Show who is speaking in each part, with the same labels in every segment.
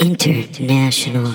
Speaker 1: International.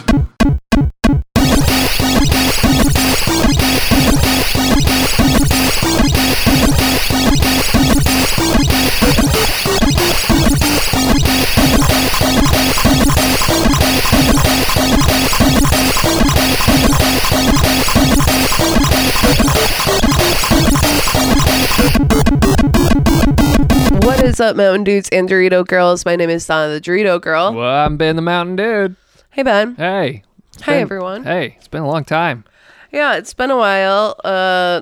Speaker 2: What is up, Mountain Dudes and Dorito Girls? My name is Donna the Dorito Girl.
Speaker 3: Well, I'm Ben the Mountain Dude.
Speaker 2: Hey, Ben.
Speaker 3: Hey. It's
Speaker 2: Hi,
Speaker 3: been-
Speaker 2: everyone.
Speaker 3: Hey, it's been a long time.
Speaker 2: Yeah, it's been a while. Uh,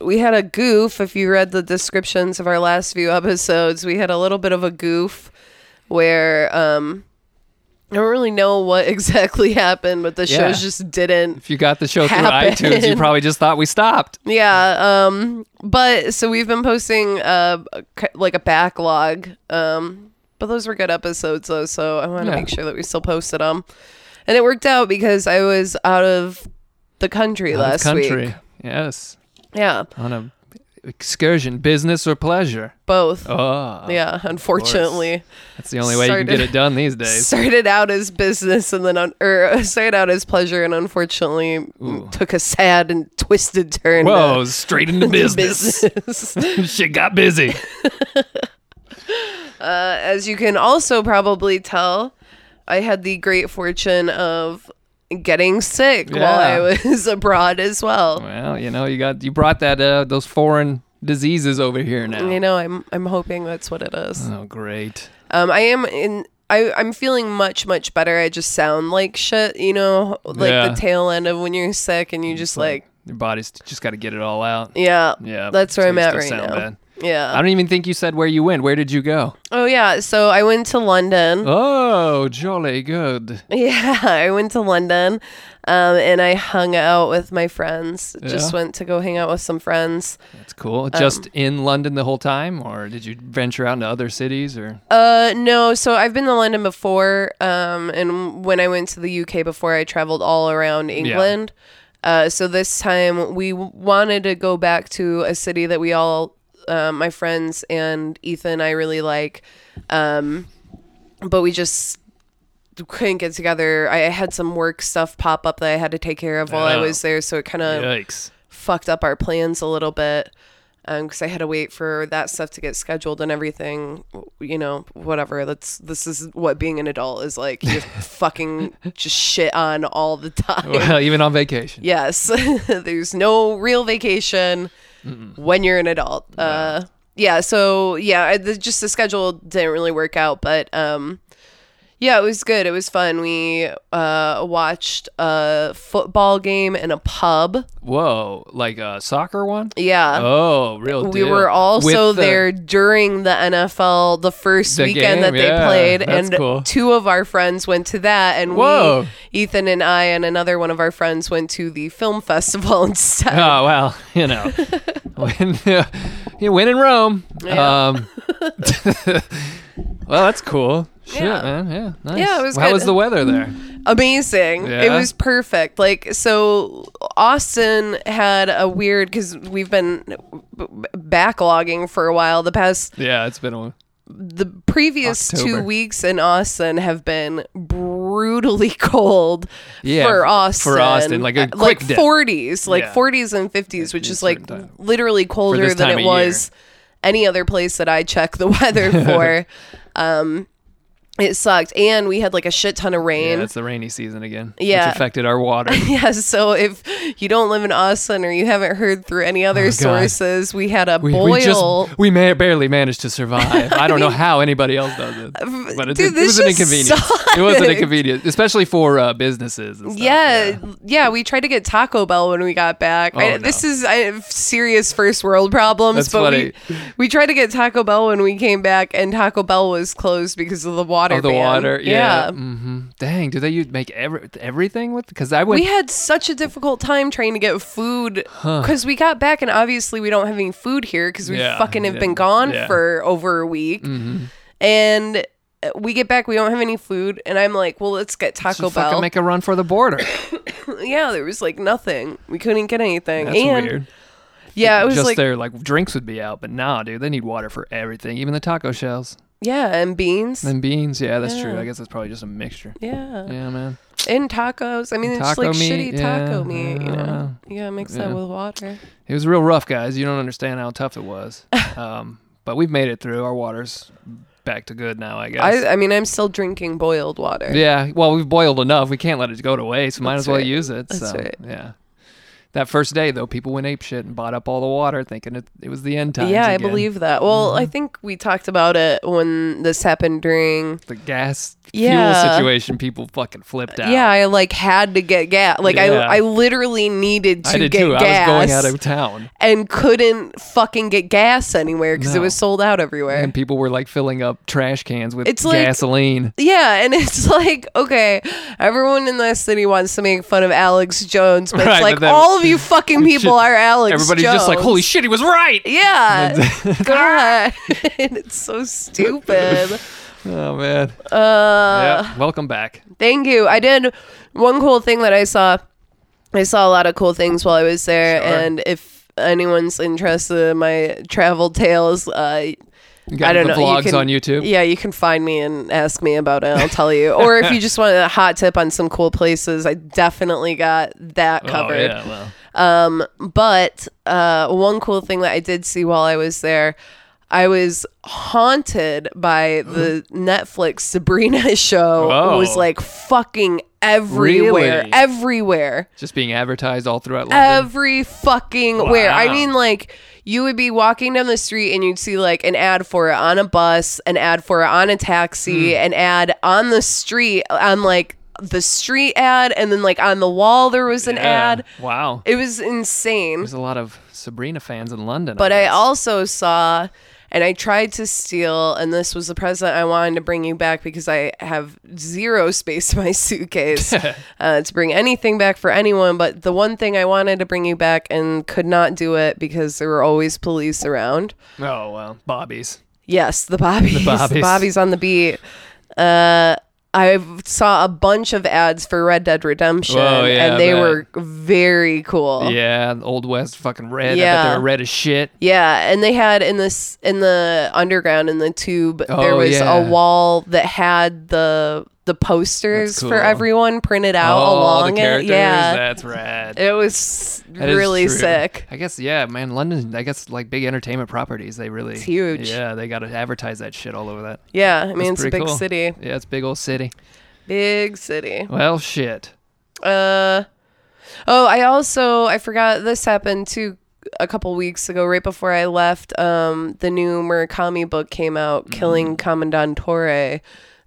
Speaker 2: we had a goof. If you read the descriptions of our last few episodes, we had a little bit of a goof where um, I don't really know what exactly happened, but the
Speaker 3: Yeah.
Speaker 2: shows just didn't.
Speaker 3: If you got the show through
Speaker 2: Happened.
Speaker 3: iTunes, you probably just thought we stopped.
Speaker 2: Yeah. Um, but so we've been posting uh, a ki- like a backlog. Um, but those were good episodes, though. So I want to
Speaker 3: Yeah.
Speaker 2: make sure that we still posted them. And it worked out because I was out of the country
Speaker 3: Out of
Speaker 2: last
Speaker 3: country.
Speaker 2: week.
Speaker 3: Yes.
Speaker 2: Yeah.
Speaker 3: On a excursion, business or pleasure.
Speaker 2: Both.
Speaker 3: Oh.
Speaker 2: yeah. Unfortunately,
Speaker 3: That's the only way you can get
Speaker 2: Started-
Speaker 3: it done these days.
Speaker 2: started out as business and then un- or started out as pleasure and unfortunately m- took a sad and twisted turn. to
Speaker 3: Whoa, straight into business.
Speaker 2: business.
Speaker 3: Shit got busy.
Speaker 2: as you can also probably tell, I had the great fortune of getting sick while I was abroad as well.
Speaker 3: Well, you know, you got you brought that uh, those foreign diseases over here now.
Speaker 2: You know, I'm I'm hoping that's what it is.
Speaker 3: Oh, great.
Speaker 2: Um, I am in. I, I'm feeling much, much better. I just sound like shit, you know, like
Speaker 3: Yeah.
Speaker 2: the tail end of when you're sick and you just like,
Speaker 3: Your body's just got to get it all out.
Speaker 2: yeah,
Speaker 3: Yeah,
Speaker 2: that's where
Speaker 3: so
Speaker 2: I'm
Speaker 3: you
Speaker 2: at
Speaker 3: still
Speaker 2: right now.
Speaker 3: sound bad. I
Speaker 2: Yeah.
Speaker 3: don't even think you said where you went. Where did you go?
Speaker 2: Oh, yeah. So I went to London.
Speaker 3: Oh, jolly good.
Speaker 2: Yeah, I went to London um, and I hung out with my friends. Just
Speaker 3: Yeah.
Speaker 2: went to go hang out with some friends.
Speaker 3: That's cool.
Speaker 2: Um,
Speaker 3: Just in London the whole time, or did you venture out into other cities? Or
Speaker 2: Uh, no. So I've been to London before. Um, and when I went to the UK before, I traveled all around England. Uh, so this time we w- wanted to go back to a city that we all, uh, my friends and Ethan, and I really like. Um, but we just couldn't get together. I had some work stuff pop up that I had to take care of while I
Speaker 3: Oh.
Speaker 2: was there, so it kind of
Speaker 3: yikes!
Speaker 2: fucked up our plans a little bit because I had to wait for that stuff to get scheduled and everything. w- You know, whatever. That's this is what being an adult is like. You fucking just shit on all the time.
Speaker 3: Well, even on vacation.
Speaker 2: Yes, there's no real vacation when you're an adult. Uh, yeah, so yeah, I, the, just the schedule didn't really work out, but um, yeah, it was good. It was fun. We uh, watched a football game in a pub.
Speaker 3: Whoa, like a soccer one?
Speaker 2: Yeah.
Speaker 3: Oh, real.
Speaker 2: We
Speaker 3: deal.
Speaker 2: were also
Speaker 3: With the-
Speaker 2: there during the NFL the first
Speaker 3: The
Speaker 2: weekend that
Speaker 3: game,
Speaker 2: they
Speaker 3: yeah,
Speaker 2: played,
Speaker 3: that's
Speaker 2: and
Speaker 3: cool.
Speaker 2: two of our friends went to that, and
Speaker 3: Whoa.
Speaker 2: we, Ethan and I, and another one of our friends went to the film festival instead.
Speaker 3: Oh well, you know, when you win in Rome.
Speaker 2: Yeah.
Speaker 3: Um, well, that's cool. Shit,
Speaker 2: Yeah.
Speaker 3: man. Yeah, nice.
Speaker 2: Yeah, it was
Speaker 3: How
Speaker 2: good.
Speaker 3: was the weather there?
Speaker 2: Amazing! It
Speaker 3: Yeah.
Speaker 2: was perfect. Like so, Austin had a weird because we've been b- b- backlogging for a while. The past
Speaker 3: Yeah, it's been a
Speaker 2: the previous
Speaker 3: October.
Speaker 2: two weeks in Austin have been brutally cold
Speaker 3: Yeah,
Speaker 2: for
Speaker 3: for
Speaker 2: Austin.
Speaker 3: Austin, like a
Speaker 2: Uh,
Speaker 3: quick dip.
Speaker 2: 40s, like
Speaker 3: Yeah.
Speaker 2: 40s and 50s, which is like
Speaker 3: certain time.
Speaker 2: literally colder
Speaker 3: this
Speaker 2: than
Speaker 3: time
Speaker 2: it
Speaker 3: of year.
Speaker 2: was any other place that I check the weather for. um, it sucked, and we had like a shit ton of rain.
Speaker 3: Yeah, it's the rainy season again.
Speaker 2: Yeah.
Speaker 3: Which affected our water.
Speaker 2: Yeah, so if you don't live in Austin or you haven't heard through any other sources, we had a
Speaker 3: Oh, We,
Speaker 2: boil.
Speaker 3: we just Oh, we may barely managed to survive. I don't know how anybody else does it, but it,
Speaker 2: Uh, dude,
Speaker 3: it was
Speaker 2: this
Speaker 3: an
Speaker 2: just
Speaker 3: inconvenience. It was an
Speaker 2: sucks.
Speaker 3: inconvenience, especially for uh, businesses. And stuff.
Speaker 2: Yeah, yeah, we tried to get Taco Bell when we got back. I,
Speaker 3: Oh, no.
Speaker 2: This is I have serious first world problems,
Speaker 3: That's
Speaker 2: but
Speaker 3: funny.
Speaker 2: we we tried to get Taco Bell when we came back, and Taco Bell was closed because of the water.
Speaker 3: Of the
Speaker 2: ban.
Speaker 3: water, yeah. hmm Dang, do they u- make every, everything with? Because I went.
Speaker 2: We had such a difficult time trying to get food because we got back and obviously we don't have any food here because we
Speaker 3: Yeah,
Speaker 2: fucking have
Speaker 3: yeah,
Speaker 2: been gone
Speaker 3: yeah. Mm-hmm.
Speaker 2: for over a week. And uh, we get back, we don't have any food. And I'm like, well, let's get Taco
Speaker 3: should
Speaker 2: Bell.
Speaker 3: fucking make a run for the border.
Speaker 2: yeah, there was like nothing. We couldn't get anything.
Speaker 3: That's
Speaker 2: and
Speaker 3: weird.
Speaker 2: yeah, it was
Speaker 3: Just
Speaker 2: like,
Speaker 3: their like drinks would be out, but nah, dude, they need water for everything, even the taco shells.
Speaker 2: Yeah, and beans.
Speaker 3: And beans, yeah, that's true.
Speaker 2: Yeah.
Speaker 3: I guess that's probably just a mixture.
Speaker 2: Yeah.
Speaker 3: Yeah, man.
Speaker 2: And tacos. I mean, it's
Speaker 3: Taco
Speaker 2: like
Speaker 3: meat,
Speaker 2: shitty taco
Speaker 3: yeah, Uh-huh.
Speaker 2: meat, you know? Yeah, mix
Speaker 3: Yeah.
Speaker 2: that with water.
Speaker 3: It was real rough, guys. You don't understand how tough it was. Um, but we've made it through. Our water's back to good now, I guess.
Speaker 2: I, I mean, I'm still drinking boiled water.
Speaker 3: yeah. Well, we've boiled enough. We can't let it go to waste. We might
Speaker 2: That's
Speaker 3: as well
Speaker 2: right.
Speaker 3: use it.
Speaker 2: That's
Speaker 3: so,
Speaker 2: right.
Speaker 3: yeah. That first day, though, people went ape shit and bought up all the water, thinking it, it was the end times.
Speaker 2: yeah, I
Speaker 3: again. Mm-hmm.
Speaker 2: believe that. Well, I think we talked about it when this happened during.
Speaker 3: the gas fuel
Speaker 2: Yeah. Uh,
Speaker 3: situation. People fucking flipped out.
Speaker 2: Yeah, I like had to get gas. Like
Speaker 3: Yeah.
Speaker 2: I, I literally needed to
Speaker 3: I did
Speaker 2: get
Speaker 3: too.
Speaker 2: gas
Speaker 3: I was going out of town,
Speaker 2: and couldn't fucking get gas anywhere because
Speaker 3: No.
Speaker 2: it was sold out everywhere.
Speaker 3: and people were like filling up trash cans with
Speaker 2: It's like-
Speaker 3: gasoline.
Speaker 2: Yeah, and it's like, okay, everyone in this city wants to make fun of Alex Jones, but
Speaker 3: Right,
Speaker 2: it's like
Speaker 3: but then-
Speaker 2: all of you fucking people are Alex
Speaker 3: Everybody's
Speaker 2: Jones.
Speaker 3: just like, holy shit, he was right.
Speaker 2: Yeah. God. it's so stupid.
Speaker 3: Oh man.
Speaker 2: Uh
Speaker 3: yeah. Welcome back.
Speaker 2: thank you. I did one cool thing that I saw. I saw a lot of cool things while I was there
Speaker 3: Sure.
Speaker 2: and if anyone's interested in my travel tales, uh
Speaker 3: You got
Speaker 2: I don't
Speaker 3: the
Speaker 2: know.
Speaker 3: vlogs
Speaker 2: you can,
Speaker 3: on YouTube.
Speaker 2: Yeah, you can find me and ask me about it. I'll tell you. or if you just want a hot tip on some cool places, I definitely got that
Speaker 3: Oh,
Speaker 2: covered.
Speaker 3: yeah, well.
Speaker 2: Um, but uh, one cool thing that I did see while I was there, I was haunted by the Netflix Sabrina show.
Speaker 3: Whoa.
Speaker 2: It was like fucking everywhere,
Speaker 3: Oh. Really?
Speaker 2: everywhere
Speaker 3: Just being advertised all throughout London.
Speaker 2: every fucking where. I
Speaker 3: Wow.
Speaker 2: mean, like you would be walking down the street and you'd see like an ad for it on a bus, an ad for it on a taxi,
Speaker 3: Hmm.
Speaker 2: an ad on the street on like the street ad, and then like on the wall there was an
Speaker 3: Yeah.
Speaker 2: ad.
Speaker 3: Wow.
Speaker 2: It was insane.
Speaker 3: There's a lot of Sabrina fans in London.
Speaker 2: But I
Speaker 3: guess.
Speaker 2: also saw, and I tried to steal, and this was the present I wanted to bring you back because I have zero space in my suitcase uh, to bring anything back for anyone. But the one thing I wanted to bring you back and could not do it because there were always police around.
Speaker 3: Oh well. Bobby's.
Speaker 2: Yes, the Bobbies. The
Speaker 3: Bobbies.
Speaker 2: Bobbies, on the beat. Uh, I saw a bunch of ads for Red Dead Redemption,
Speaker 3: Whoa, yeah, I
Speaker 2: and they
Speaker 3: bet.
Speaker 2: were very cool.
Speaker 3: Yeah, the old west fucking red. I bet
Speaker 2: Oh. Yeah.
Speaker 3: they're red as shit.
Speaker 2: Yeah, and they had in this in the underground in the tube there
Speaker 3: Oh,
Speaker 2: was
Speaker 3: yeah.
Speaker 2: a wall that had the the posters
Speaker 3: That's cool.
Speaker 2: for everyone printed out
Speaker 3: oh, all
Speaker 2: along
Speaker 3: the characters.
Speaker 2: it. Yeah.
Speaker 3: That's rad.
Speaker 2: it was
Speaker 3: That is
Speaker 2: really
Speaker 3: true.
Speaker 2: sick.
Speaker 3: I guess yeah, man. London, I guess like big entertainment properties. They really
Speaker 2: It's huge.
Speaker 3: Yeah, they got to advertise that shit all over that.
Speaker 2: Yeah, I mean
Speaker 3: That's
Speaker 2: it's a
Speaker 3: pretty
Speaker 2: big
Speaker 3: cool.
Speaker 2: city.
Speaker 3: Yeah, it's a big old city.
Speaker 2: Big city.
Speaker 3: Well, shit.
Speaker 2: Uh Oh, I also I forgot this happened too a couple weeks ago right before I left um the new Murakami book came out Killing
Speaker 3: Mm-hmm.
Speaker 2: Commandant Torre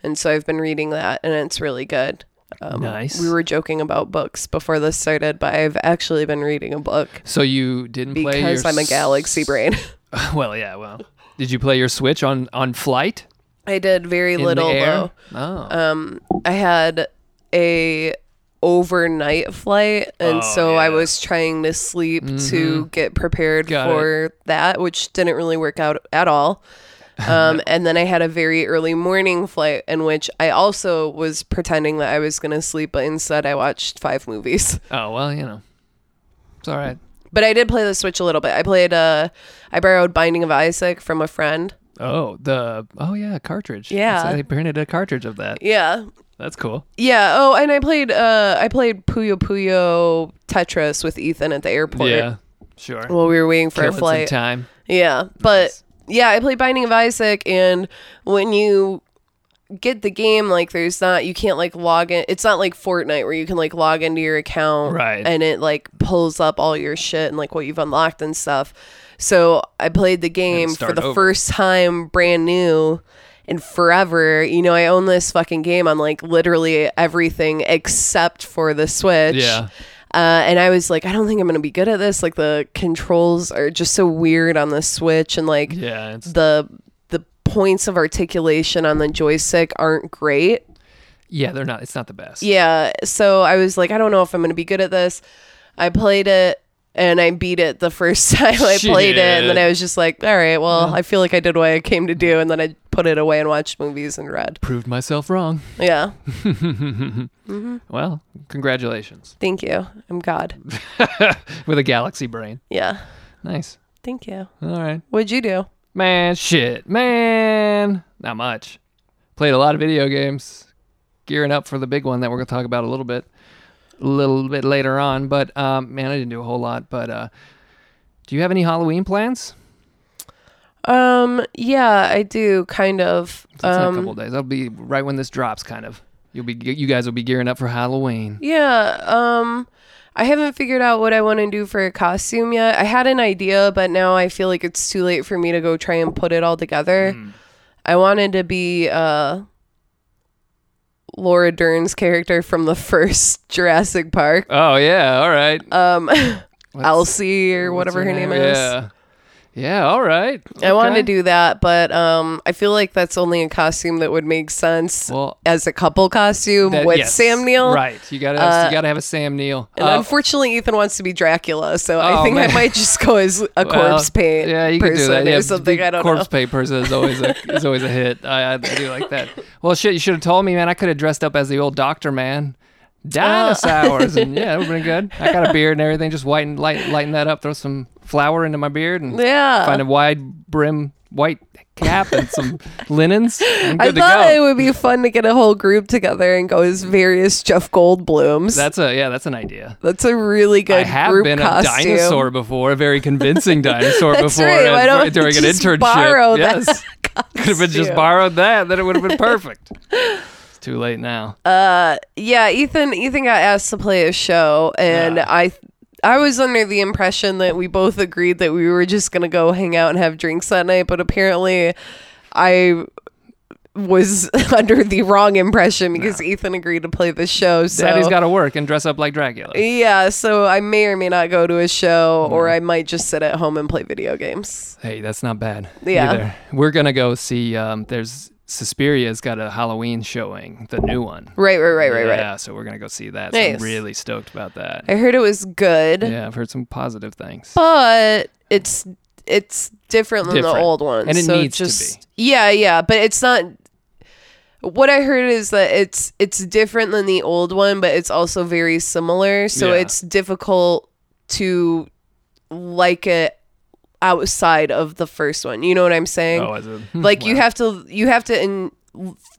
Speaker 2: and so I've been reading that and it's really good. Um,
Speaker 3: Nice.
Speaker 2: We were joking about books before this started, but I've actually been reading a book
Speaker 3: So you didn't play your
Speaker 2: because I'm a
Speaker 3: s-
Speaker 2: galaxy brain.
Speaker 3: Well, yeah. Well, did you play your Switch on on flight
Speaker 2: I did very
Speaker 3: in
Speaker 2: little
Speaker 3: the air?
Speaker 2: though.
Speaker 3: Oh,
Speaker 2: um I had a overnight flight and
Speaker 3: Oh,
Speaker 2: so I
Speaker 3: yeah. Mm-hmm.
Speaker 2: was trying to sleep to get prepared
Speaker 3: Got
Speaker 2: for that which didn't really work out at all. Um and then I had a very early morning flight in which I also was pretending that I was going to sleep but instead I watched five movies.
Speaker 3: oh well, you know, it's all right.
Speaker 2: But I did play the Switch a little bit. I played uh I borrowed Binding of Isaac from a friend.
Speaker 3: Oh, the oh yeah, cartridge.
Speaker 2: Yeah.
Speaker 3: So they printed a cartridge of that.
Speaker 2: Yeah.
Speaker 3: That's cool.
Speaker 2: Yeah. Oh, and I played uh I played Puyo Puyo Tetris with Ethan at the airport.
Speaker 3: Yeah, sure.
Speaker 2: While we were waiting for
Speaker 3: Killing
Speaker 2: our
Speaker 3: some
Speaker 2: flight.
Speaker 3: time.
Speaker 2: Yeah. But
Speaker 3: Nice.
Speaker 2: yeah, I played Binding of Isaac and when you get the game like there's not you can't like log in it's not like Fortnite where you can like log into your account
Speaker 3: Right.
Speaker 2: and it like pulls up all your shit and like what you've unlocked and stuff. So I played the game for
Speaker 3: start
Speaker 2: the
Speaker 3: over.
Speaker 2: first time brand new and forever. You know, I own this fucking game on like literally everything except for the Switch.
Speaker 3: Yeah.
Speaker 2: Uh, and I was like, I don't think I'm gonna be good at this. Like the controls are just so weird on the Switch, and like
Speaker 3: Yeah, it's,
Speaker 2: the the points of articulation on the joystick aren't great.
Speaker 3: yeah. They're not. It's not the best.
Speaker 2: Yeah, so I was like, I don't know if I'm gonna be good at this. I played it and I beat it the first time I played it, and then
Speaker 3: Shit.
Speaker 2: I was just like, all right, well, I feel like I did what I came to do, and then I put it away and watched movies and read.
Speaker 3: Proved myself wrong.
Speaker 2: Yeah,
Speaker 3: Well, congratulations
Speaker 2: thank you. I'm God.
Speaker 3: with a galaxy brain.
Speaker 2: Yeah,
Speaker 3: Nice.
Speaker 2: thank you.
Speaker 3: All right.
Speaker 2: What'd you do?
Speaker 3: Man, shit, man, not much. Played a lot of video games, gearing up for the big one that we're gonna talk about a little bit, a little bit later on. But um, man, I didn't do a whole lot. But uh, do you have any Halloween plans?
Speaker 2: Um, yeah, I do kind of.
Speaker 3: It's in a
Speaker 2: Um,
Speaker 3: couple days. That'll be right when this drops, kind of. You'll be, you guys will be gearing up for Halloween.
Speaker 2: yeah, um, I haven't figured out what I want to do for a costume yet. I had an idea, but now I feel like it's too late for me to go try and put it all together.
Speaker 3: Mm.
Speaker 2: I wanted to be uh Laura Dern's character from the first Jurassic Park,
Speaker 3: Oh yeah, all right.
Speaker 2: um,
Speaker 3: What's-
Speaker 2: Elsie or
Speaker 3: what's
Speaker 2: whatever
Speaker 3: her
Speaker 2: her name, is.
Speaker 3: Yeah. Yeah, all right.
Speaker 2: I wanted
Speaker 3: Okay.
Speaker 2: to do that, but um, I feel like that's only a costume that would make sense
Speaker 3: Well,
Speaker 2: as a couple costume
Speaker 3: that-
Speaker 2: with
Speaker 3: yes,
Speaker 2: Sam Neill.
Speaker 3: Right. You gotta
Speaker 2: Uh,
Speaker 3: you gotta have a Sam Neill.
Speaker 2: And
Speaker 3: Uh,
Speaker 2: unfortunately, Ethan wants to be Dracula, so
Speaker 3: Oh,
Speaker 2: I think
Speaker 3: man.
Speaker 2: I might just go as a
Speaker 3: well,
Speaker 2: corpse paint
Speaker 3: Yeah, you
Speaker 2: person
Speaker 3: can do that.
Speaker 2: or
Speaker 3: Yeah,
Speaker 2: something.
Speaker 3: the
Speaker 2: I don't
Speaker 3: corpse
Speaker 2: know.
Speaker 3: paint person is always a is always a hit. I, I do like that. Well, shit, you should have told me, man. I could have dressed up as the old doctor man.
Speaker 2: Oh.
Speaker 3: Dinosaurs and yeah, it would have been good. I got a beard and everything. Just whiten light lighten that up. Throw some flour into my beard and
Speaker 2: Yeah.
Speaker 3: find a wide brim white cap and some linens. I'm
Speaker 2: I
Speaker 3: good to
Speaker 2: thought
Speaker 3: go.
Speaker 2: it would be fun to get a whole group together and go as various Jeff Goldblums.
Speaker 3: That's a yeah, that's an idea.
Speaker 2: That's a really good
Speaker 3: I have
Speaker 2: group
Speaker 3: been
Speaker 2: costume.
Speaker 3: a dinosaur before, a very convincing dinosaur
Speaker 2: That's
Speaker 3: before
Speaker 2: right. Why
Speaker 3: as-
Speaker 2: don't we
Speaker 3: during an
Speaker 2: just
Speaker 3: internship.
Speaker 2: borrow that
Speaker 3: yes. Could have been just
Speaker 2: costume?
Speaker 3: borrowed that, then it would have been perfect. it's too late now.
Speaker 2: Yeah, Ethan Ethan got asked to play a show and
Speaker 3: Yeah.
Speaker 2: I I was under the impression that we both agreed that we were just going to go hang out and have drinks that night, but apparently I was under the wrong impression because Ethan agreed to play the show. So
Speaker 3: Daddy's gotta work and dress up like Dracula.
Speaker 2: yeah, so I may or may not go to a show, or I might just sit at home and play video games.
Speaker 3: Hey, that's not bad.
Speaker 2: Yeah.
Speaker 3: Either. We're gonna go see um there's Suspiria's got a Halloween showing, the new one.
Speaker 2: Right, right, right, right, right.
Speaker 3: Yeah, so we're gonna go see that. So
Speaker 2: Nice.
Speaker 3: I'm really stoked about that.
Speaker 2: I heard it was good,
Speaker 3: Yeah, I've heard some positive things.
Speaker 2: but it's it's different than the
Speaker 3: Different.
Speaker 2: old one,
Speaker 3: And it
Speaker 2: so
Speaker 3: needs to
Speaker 2: just, Yeah, yeah, but it's not. What I heard is that it's it's different than the old one, but it's also very similar. So
Speaker 3: Yeah.
Speaker 2: it's difficult to like it outside of the first one. You know what I'm saying?
Speaker 3: Oh, is it?
Speaker 2: like you
Speaker 3: Wow.
Speaker 2: have to you have to in,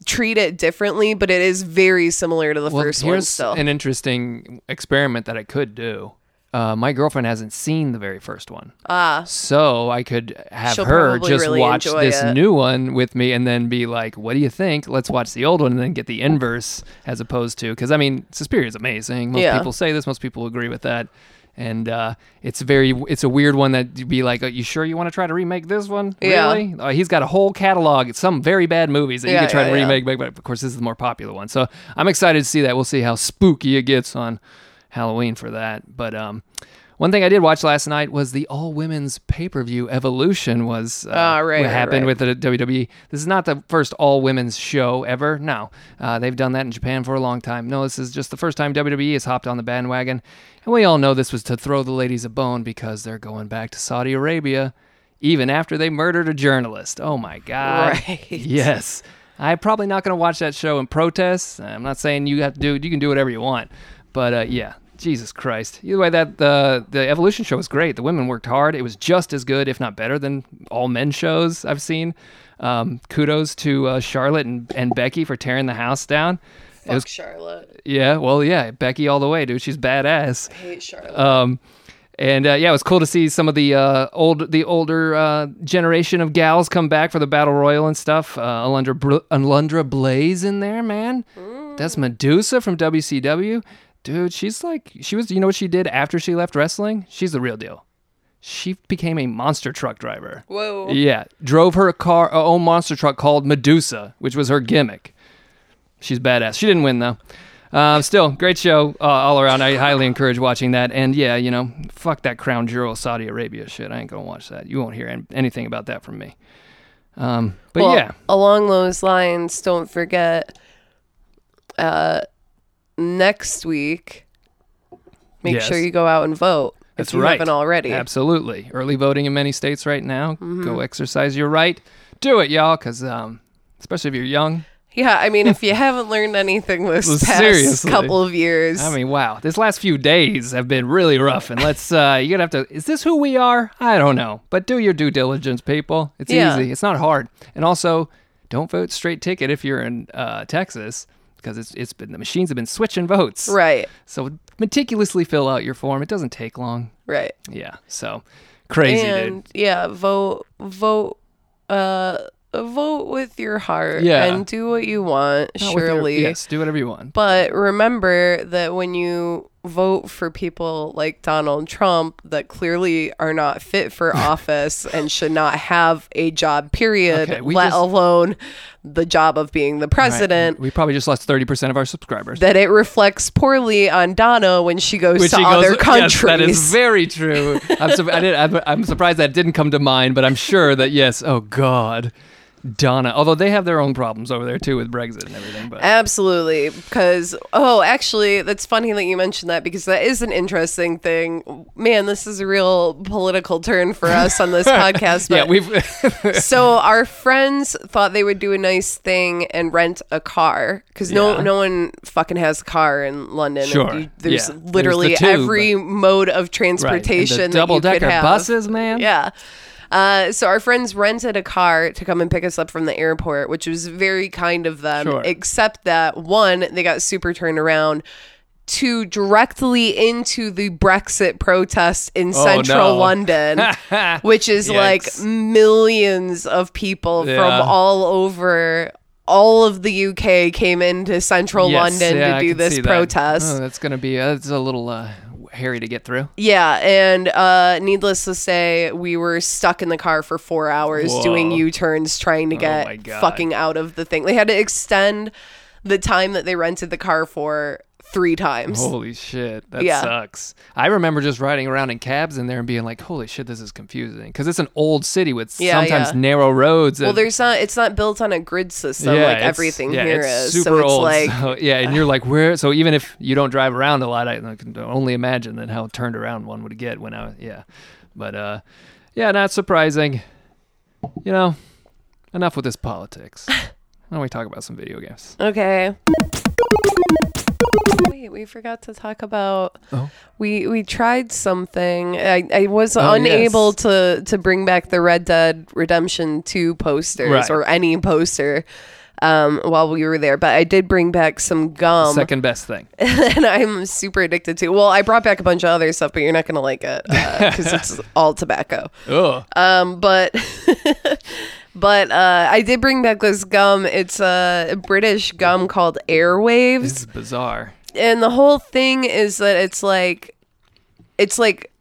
Speaker 2: treat it differently but it is very similar to the
Speaker 3: Well,
Speaker 2: first one
Speaker 3: here's
Speaker 2: still
Speaker 3: an interesting experiment that I could do. Uh, my girlfriend hasn't seen the very first one,
Speaker 2: ah
Speaker 3: so I could have
Speaker 2: She'll
Speaker 3: her
Speaker 2: probably
Speaker 3: just
Speaker 2: really
Speaker 3: watch
Speaker 2: enjoy
Speaker 3: this
Speaker 2: it.
Speaker 3: new one with me, and then be like, "What do you think? Let's watch the old one, and then get the inverse as opposed to because I mean, Suspiria is amazing. Most
Speaker 2: Yeah.
Speaker 3: people say this. Most people agree with that." And uh, it's very, it's a weird one that you'd be like, "Are you sure you want to try to remake this one?
Speaker 2: Yeah.
Speaker 3: Really? Uh, he's got a whole catalog. It's some very bad movies that you
Speaker 2: Yeah,
Speaker 3: could try
Speaker 2: yeah,
Speaker 3: to
Speaker 2: yeah.
Speaker 3: remake, make, but of course this is the more popular one. So I'm excited to see that. We'll see how spooky it gets on Halloween for that. But um, one thing I did watch last night was the all women's pay per view Evolution was uh,
Speaker 2: Ah, right,
Speaker 3: what
Speaker 2: right,
Speaker 3: happened
Speaker 2: right.
Speaker 3: with the WWE. This is not the first all women's show ever. No, uh, they've done that in Japan for a long time. No, this is just the first time WWE has hopped on the bandwagon, and we all know this was to throw the ladies a bone because they're going back to Saudi Arabia. Even after they murdered a journalist. Oh my God.
Speaker 2: Right.
Speaker 3: Yes. I'm probably not going to watch that show in protest. I'm not saying you have to do You can do whatever you want. But uh, yeah, Jesus Christ. Either way, that the the Evolution show was great. The women worked hard. It was just as good, if not better, than all men shows I've seen. Um, kudos to uh, Charlotte and, and Becky for tearing the house down. It was,
Speaker 2: charlotte
Speaker 3: yeah, well, yeah, Becky all the way, dude. She's badass.
Speaker 2: I hate charlotte
Speaker 3: Um, and uh, yeah, it was cool to see some of the uh, old, the older uh, generation of gals come back for the battle royal and stuff. Uh, Alundra, Br- Alundra Blaze in there, man. That's Medusa from WCW, dude. She's like, she was. You know what she did after she left wrestling? She's the real deal. She became a monster truck driver.
Speaker 2: whoa
Speaker 3: Yeah, drove her car, her own monster truck called Medusa, which was her gimmick. She's badass. She didn't win though. Um, still, great show uh, all around. I highly encourage watching that. And yeah, you know, fuck that crown jewel Saudi Arabia shit. I ain't gonna watch that. You won't hear an- anything about that from me. Um, but
Speaker 2: Well,
Speaker 3: yeah,
Speaker 2: along those lines don't forget uh next week make
Speaker 3: Yes.
Speaker 2: sure you go out and vote
Speaker 3: That's
Speaker 2: if you
Speaker 3: right.
Speaker 2: haven't already Mm-hmm.
Speaker 3: absolutely. Early voting in many states right now. Go exercise your right. Do it, y'all, because um, especially if you're young,
Speaker 2: Yeah, I mean, if you haven't learned anything this
Speaker 3: Well,
Speaker 2: past
Speaker 3: seriously.
Speaker 2: couple of years,
Speaker 3: I mean, wow, this last few days have been really rough. And let's, uh, you're going to have to, is this who we are? I don't know. But do your due diligence, people. It's
Speaker 2: Yeah.
Speaker 3: easy, it's not hard. And also, don't vote straight ticket if you're in uh, Texas because it's, it's been, the machines have been switching votes.
Speaker 2: right,
Speaker 3: So meticulously fill out your form. It doesn't take long.
Speaker 2: right,
Speaker 3: Yeah. So crazy,
Speaker 2: and yeah, vote, vote, uh, vote with your heart,
Speaker 3: Yeah.
Speaker 2: and do what you want.
Speaker 3: dude. Not with your-
Speaker 2: surely,
Speaker 3: yes, do whatever you want.
Speaker 2: But remember that when you vote for people like Donald Trump that clearly are not fit for office and should not have a job, period,
Speaker 3: Okay, we
Speaker 2: let
Speaker 3: just-
Speaker 2: alone the job of being the
Speaker 3: Right.
Speaker 2: president.
Speaker 3: We probably just lost 30% of our subscribers.
Speaker 2: That it reflects poorly on Donna when she goes to
Speaker 3: he
Speaker 2: other countries.
Speaker 3: Yes, that is very true. I'm, sur- I did, I'm, I'm surprised that didn't come to mind, but I'm sure that yes. Oh God, Donna. Although they have their own problems over there too with Brexit and everything. But
Speaker 2: Absolutely, because oh, actually, that's funny that you mentioned that because that is an interesting thing. Man, this is a real political turn for us on this podcast.
Speaker 3: yeah,
Speaker 2: but-
Speaker 3: we've
Speaker 2: so our friends thought they would do a nice thing and rent a car because
Speaker 3: Yeah.
Speaker 2: no no one fucking has a car in London. and
Speaker 3: Sure,
Speaker 2: you- there's
Speaker 3: yeah.
Speaker 2: literally
Speaker 3: There's the tube.
Speaker 2: every mode of transportation that
Speaker 3: double
Speaker 2: you could
Speaker 3: decker
Speaker 2: have.
Speaker 3: buses, man.
Speaker 2: Yeah. Uh, so our friends rented a car to come and pick us up from the airport, which was very kind of them.
Speaker 3: Sure.
Speaker 2: Except that one, they got super turned around. Two directly into the Brexit protests in central
Speaker 3: Oh, no.
Speaker 2: London, which is
Speaker 3: Yikes.
Speaker 2: like millions of people
Speaker 3: Yeah.
Speaker 2: from all over all of the UK came into central
Speaker 3: Yes,
Speaker 2: London
Speaker 3: yeah,
Speaker 2: to
Speaker 3: I
Speaker 2: do
Speaker 3: can see
Speaker 2: this
Speaker 3: that.
Speaker 2: protest.
Speaker 3: Oh, that's gonna be uh, it's a little uh, hairy to get through.
Speaker 2: Yeah, and uh, needless to say, we were stuck in the car for four hours
Speaker 3: Whoa. Oh
Speaker 2: doing U turns trying to
Speaker 3: my
Speaker 2: get
Speaker 3: God.
Speaker 2: fucking out of the thing. They had to extend the time that they rented the car for three times.
Speaker 3: Holy shit, that
Speaker 2: Yeah.
Speaker 3: sucks. I remember just riding around in cabs in there and being like, "Holy shit, this is confusing," because it's an old city with
Speaker 2: Yeah,
Speaker 3: sometimes
Speaker 2: yeah.
Speaker 3: narrow roads.
Speaker 2: Well,
Speaker 3: and-
Speaker 2: there's not. It's not built on a grid system like
Speaker 3: it's-
Speaker 2: everything
Speaker 3: yeah,
Speaker 2: here
Speaker 3: it's
Speaker 2: is.
Speaker 3: Super
Speaker 2: so it's
Speaker 3: old.
Speaker 2: like,
Speaker 3: So, yeah, and you're like, where? So even if you don't drive around a lot, I can only imagine that how turned around one would get when I was, yeah. But uh, yeah, not surprising. You know, enough with this politics. Why don't we talk about some video games?
Speaker 2: okay. Wait, we forgot to talk about.
Speaker 3: Oh.
Speaker 2: We we tried something. I, I was
Speaker 3: Oh,
Speaker 2: unable
Speaker 3: yes.
Speaker 2: to to bring back the Red Dead Redemption Two posters
Speaker 3: Right.
Speaker 2: or any poster um, while we were there, but I did bring back some gum,
Speaker 3: Second best thing.
Speaker 2: and I'm super addicted to. Well, I brought back a bunch of other stuff, but you're not gonna like it because it's all tobacco.
Speaker 3: Ugh.
Speaker 2: Um, but but uh, I did bring back this gum. It's a British gum called Airwaves
Speaker 3: This is bizarre.
Speaker 2: and the whole thing is that it's like it's like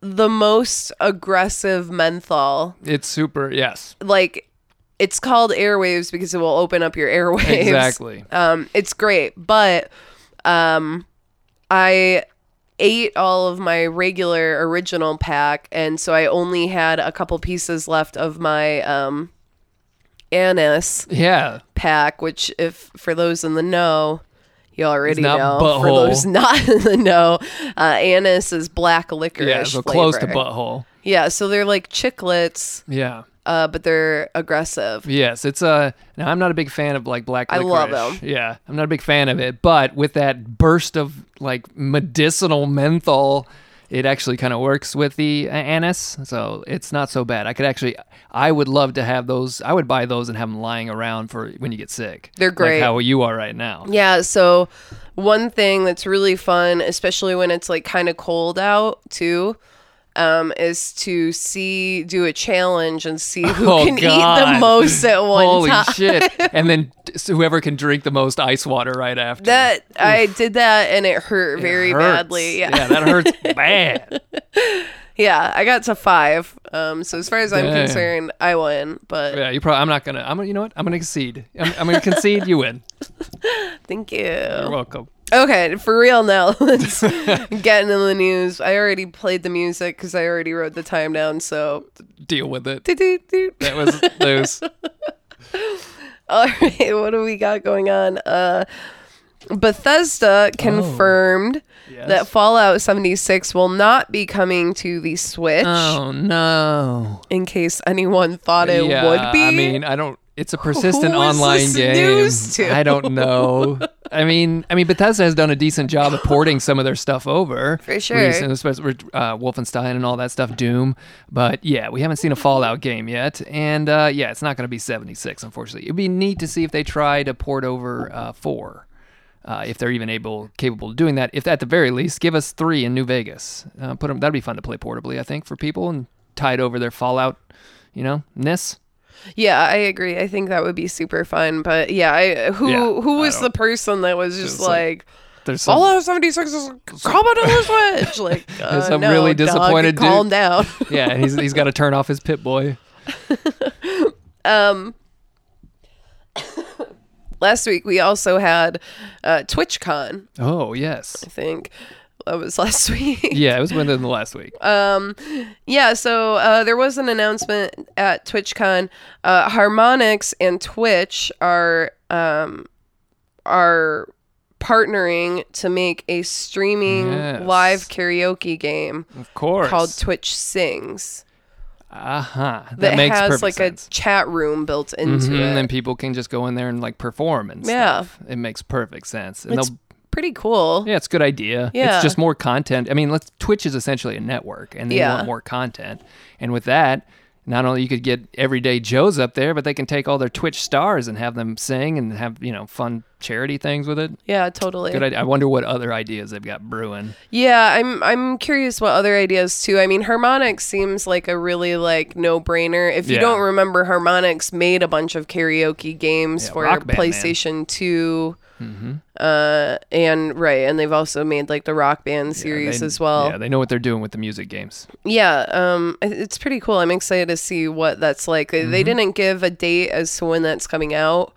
Speaker 2: the most aggressive menthol
Speaker 3: It's super. Yes.
Speaker 2: like it's called airwaves because it will open up your airwaves
Speaker 3: Exactly.
Speaker 2: um it's great but um i ate all of my regular original pack and so i only had a couple pieces left of my um anise
Speaker 3: Yeah.
Speaker 2: pack, which if for those in the know, you already
Speaker 3: not
Speaker 2: know. For
Speaker 3: butthole.
Speaker 2: those not in the know, uh, anise is black licorice.
Speaker 3: Yeah. So close to
Speaker 2: flavor.
Speaker 3: butthole.
Speaker 2: Yeah, so they're like chiclets,
Speaker 3: Yeah.
Speaker 2: uh, but they're aggressive.
Speaker 3: Yes, it's a. Now I'm not a big fan of like black.
Speaker 2: I
Speaker 3: Licorice.
Speaker 2: love
Speaker 3: Yeah, I'm not a big fan of it, but with that burst of like medicinal menthol, it actually kind of works with the uh, anise, so it's not so bad. I could actually, I would love to have those. I would buy those and have them lying around for when you get sick.
Speaker 2: They're great.
Speaker 3: like how you are right now.
Speaker 2: Yeah, so one thing that's really fun, especially when it's like kind of cold out too, um, is to see do a challenge and see who
Speaker 3: Oh,
Speaker 2: can eat
Speaker 3: God.
Speaker 2: the most at one
Speaker 3: Holy
Speaker 2: time.
Speaker 3: shit! And then so whoever can drink the most ice water right after.
Speaker 2: That I did that and it hurt very
Speaker 3: Hurts.
Speaker 2: badly. Yeah.
Speaker 3: yeah, that hurts bad.
Speaker 2: Yeah, I got to five. Um, so as far as I'm
Speaker 3: Dang.
Speaker 2: concerned, I win. But
Speaker 3: Yeah, you probably. I'm not gonna. I'm. You know what? I'm gonna concede. I'm, I'm gonna concede. You win.
Speaker 2: thank
Speaker 3: You're
Speaker 2: you.
Speaker 3: welcome.
Speaker 2: Okay, for real now. Let's get into the news. I already played the music because I already wrote the time down. So
Speaker 3: Deal with it.
Speaker 2: Doo-doo-doo.
Speaker 3: That was loose.
Speaker 2: all right, what do we got going on? Uh, Bethesda confirmed
Speaker 3: Oh, Yes.
Speaker 2: that Fallout 76 will not be coming to the Switch.
Speaker 3: oh no.
Speaker 2: In case anyone thought it
Speaker 3: yeah,
Speaker 2: would be.
Speaker 3: I mean, I don't. it's a persistent
Speaker 2: Who is
Speaker 3: online
Speaker 2: this
Speaker 3: game.
Speaker 2: news to?
Speaker 3: I don't know. I mean, I mean, Bethesda has done a decent job of porting some of their stuff over
Speaker 2: For sure.
Speaker 3: recently, especially with, uh, Wolfenstein and all that stuff, Doom. But yeah, we haven't seen a Fallout game yet, and uh, yeah, it's not going to be seventy six, unfortunately. It'd be neat to see if they try to port over uh, four. Uh, if they're even able, capable of doing that, if at the very least, give us three in New Vegas. Uh, put 'em- That'd be fun to play portably, I think, for people and tie it over their Fallout, you know, ness.
Speaker 2: Yeah, I agree. I think that would be super fun. But yeah, I, who
Speaker 3: Yeah,
Speaker 2: who
Speaker 3: I
Speaker 2: was the
Speaker 3: don't-
Speaker 2: person that was just
Speaker 3: It's like-
Speaker 2: like,
Speaker 3: There's some,
Speaker 2: all out of seventy six is coming on the Switch? Like, uh,
Speaker 3: some
Speaker 2: no,
Speaker 3: really
Speaker 2: dog,
Speaker 3: disappointed dude.
Speaker 2: Calm down.
Speaker 3: yeah, and he's he's got to turn off his pit boy.
Speaker 2: Last week we also had uh, TwitchCon.
Speaker 3: Oh yes,
Speaker 2: I think that was last week.
Speaker 3: yeah, it was within the last week.
Speaker 2: Uh, Yeah, so uh, there was an announcement at TwitchCon. Uh, Harmonix and Twitch are um, are partnering to make a streaming
Speaker 3: Yes.
Speaker 2: live karaoke game
Speaker 3: of course,
Speaker 2: called Twitch Sings
Speaker 3: uh huh. That,
Speaker 2: that,
Speaker 3: makes
Speaker 2: has
Speaker 3: perfect
Speaker 2: like
Speaker 3: sense.
Speaker 2: a chat room built into it.
Speaker 3: Mhm, And then people can just go in there and like perform and
Speaker 2: Yeah.
Speaker 3: stuff. It makes perfect sense. And
Speaker 2: It's
Speaker 3: they'll,
Speaker 2: pretty cool.
Speaker 3: yeah, it's a good idea.
Speaker 2: Yeah.
Speaker 3: It's just more content. I mean, let's Twitch is essentially a network and they
Speaker 2: Yeah.
Speaker 3: want more content. And with that, not only you could get everyday Joes up there, but they can take all their Twitch stars and have them sing and have, you know, fun charity things with it.
Speaker 2: Yeah, totally.
Speaker 3: Good idea. I wonder what other ideas they've got brewing.
Speaker 2: Yeah, I'm I'm curious what other ideas too. I mean, harmonics seems like a really like no brainer. If you
Speaker 3: Yeah.
Speaker 2: don't remember, harmonics made a bunch of karaoke games
Speaker 3: Yeah,
Speaker 2: for
Speaker 3: Rock Band, man. Mm-hmm.
Speaker 2: PlayStation Two, uh, and right, and they've also made like the Rock Band series
Speaker 3: They-
Speaker 2: as well.
Speaker 3: Yeah, they know what they're doing with the music games.
Speaker 2: Yeah, um, it- it's pretty cool. I'm excited to see what that's like. They,
Speaker 3: Mm-hmm.
Speaker 2: they didn't give a date as to when that's coming out,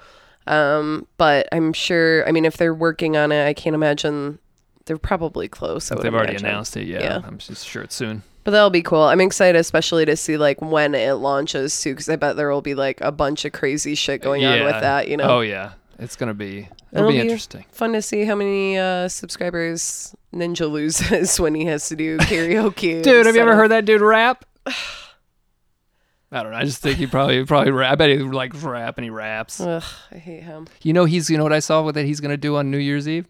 Speaker 2: um, but I'm sure. I mean, if they're working on it, I can't imagine they're probably close. I would
Speaker 3: They've already
Speaker 2: imagine.
Speaker 3: announced it. Yeah,
Speaker 2: Yeah.
Speaker 3: I'm just sure it's soon.
Speaker 2: But that'll be cool. I'm excited, especially to see like when it launches too, because I bet there will be like a bunch of crazy shit going on with that. You know,
Speaker 3: Oh yeah, it's gonna be. It'll, be, interesting.
Speaker 2: Fun to see how many uh, subscribers Ninja loses when he has to do karaoke.
Speaker 3: Dude, have you
Speaker 2: instead
Speaker 3: ever
Speaker 2: of-
Speaker 3: heard that dude rap? I don't know. I just think he probably probably. Rap. I bet he like rap and he raps.
Speaker 2: Ugh, I hate him.
Speaker 3: You know he's. You know what I saw with it. He's gonna do on New Year's Eve.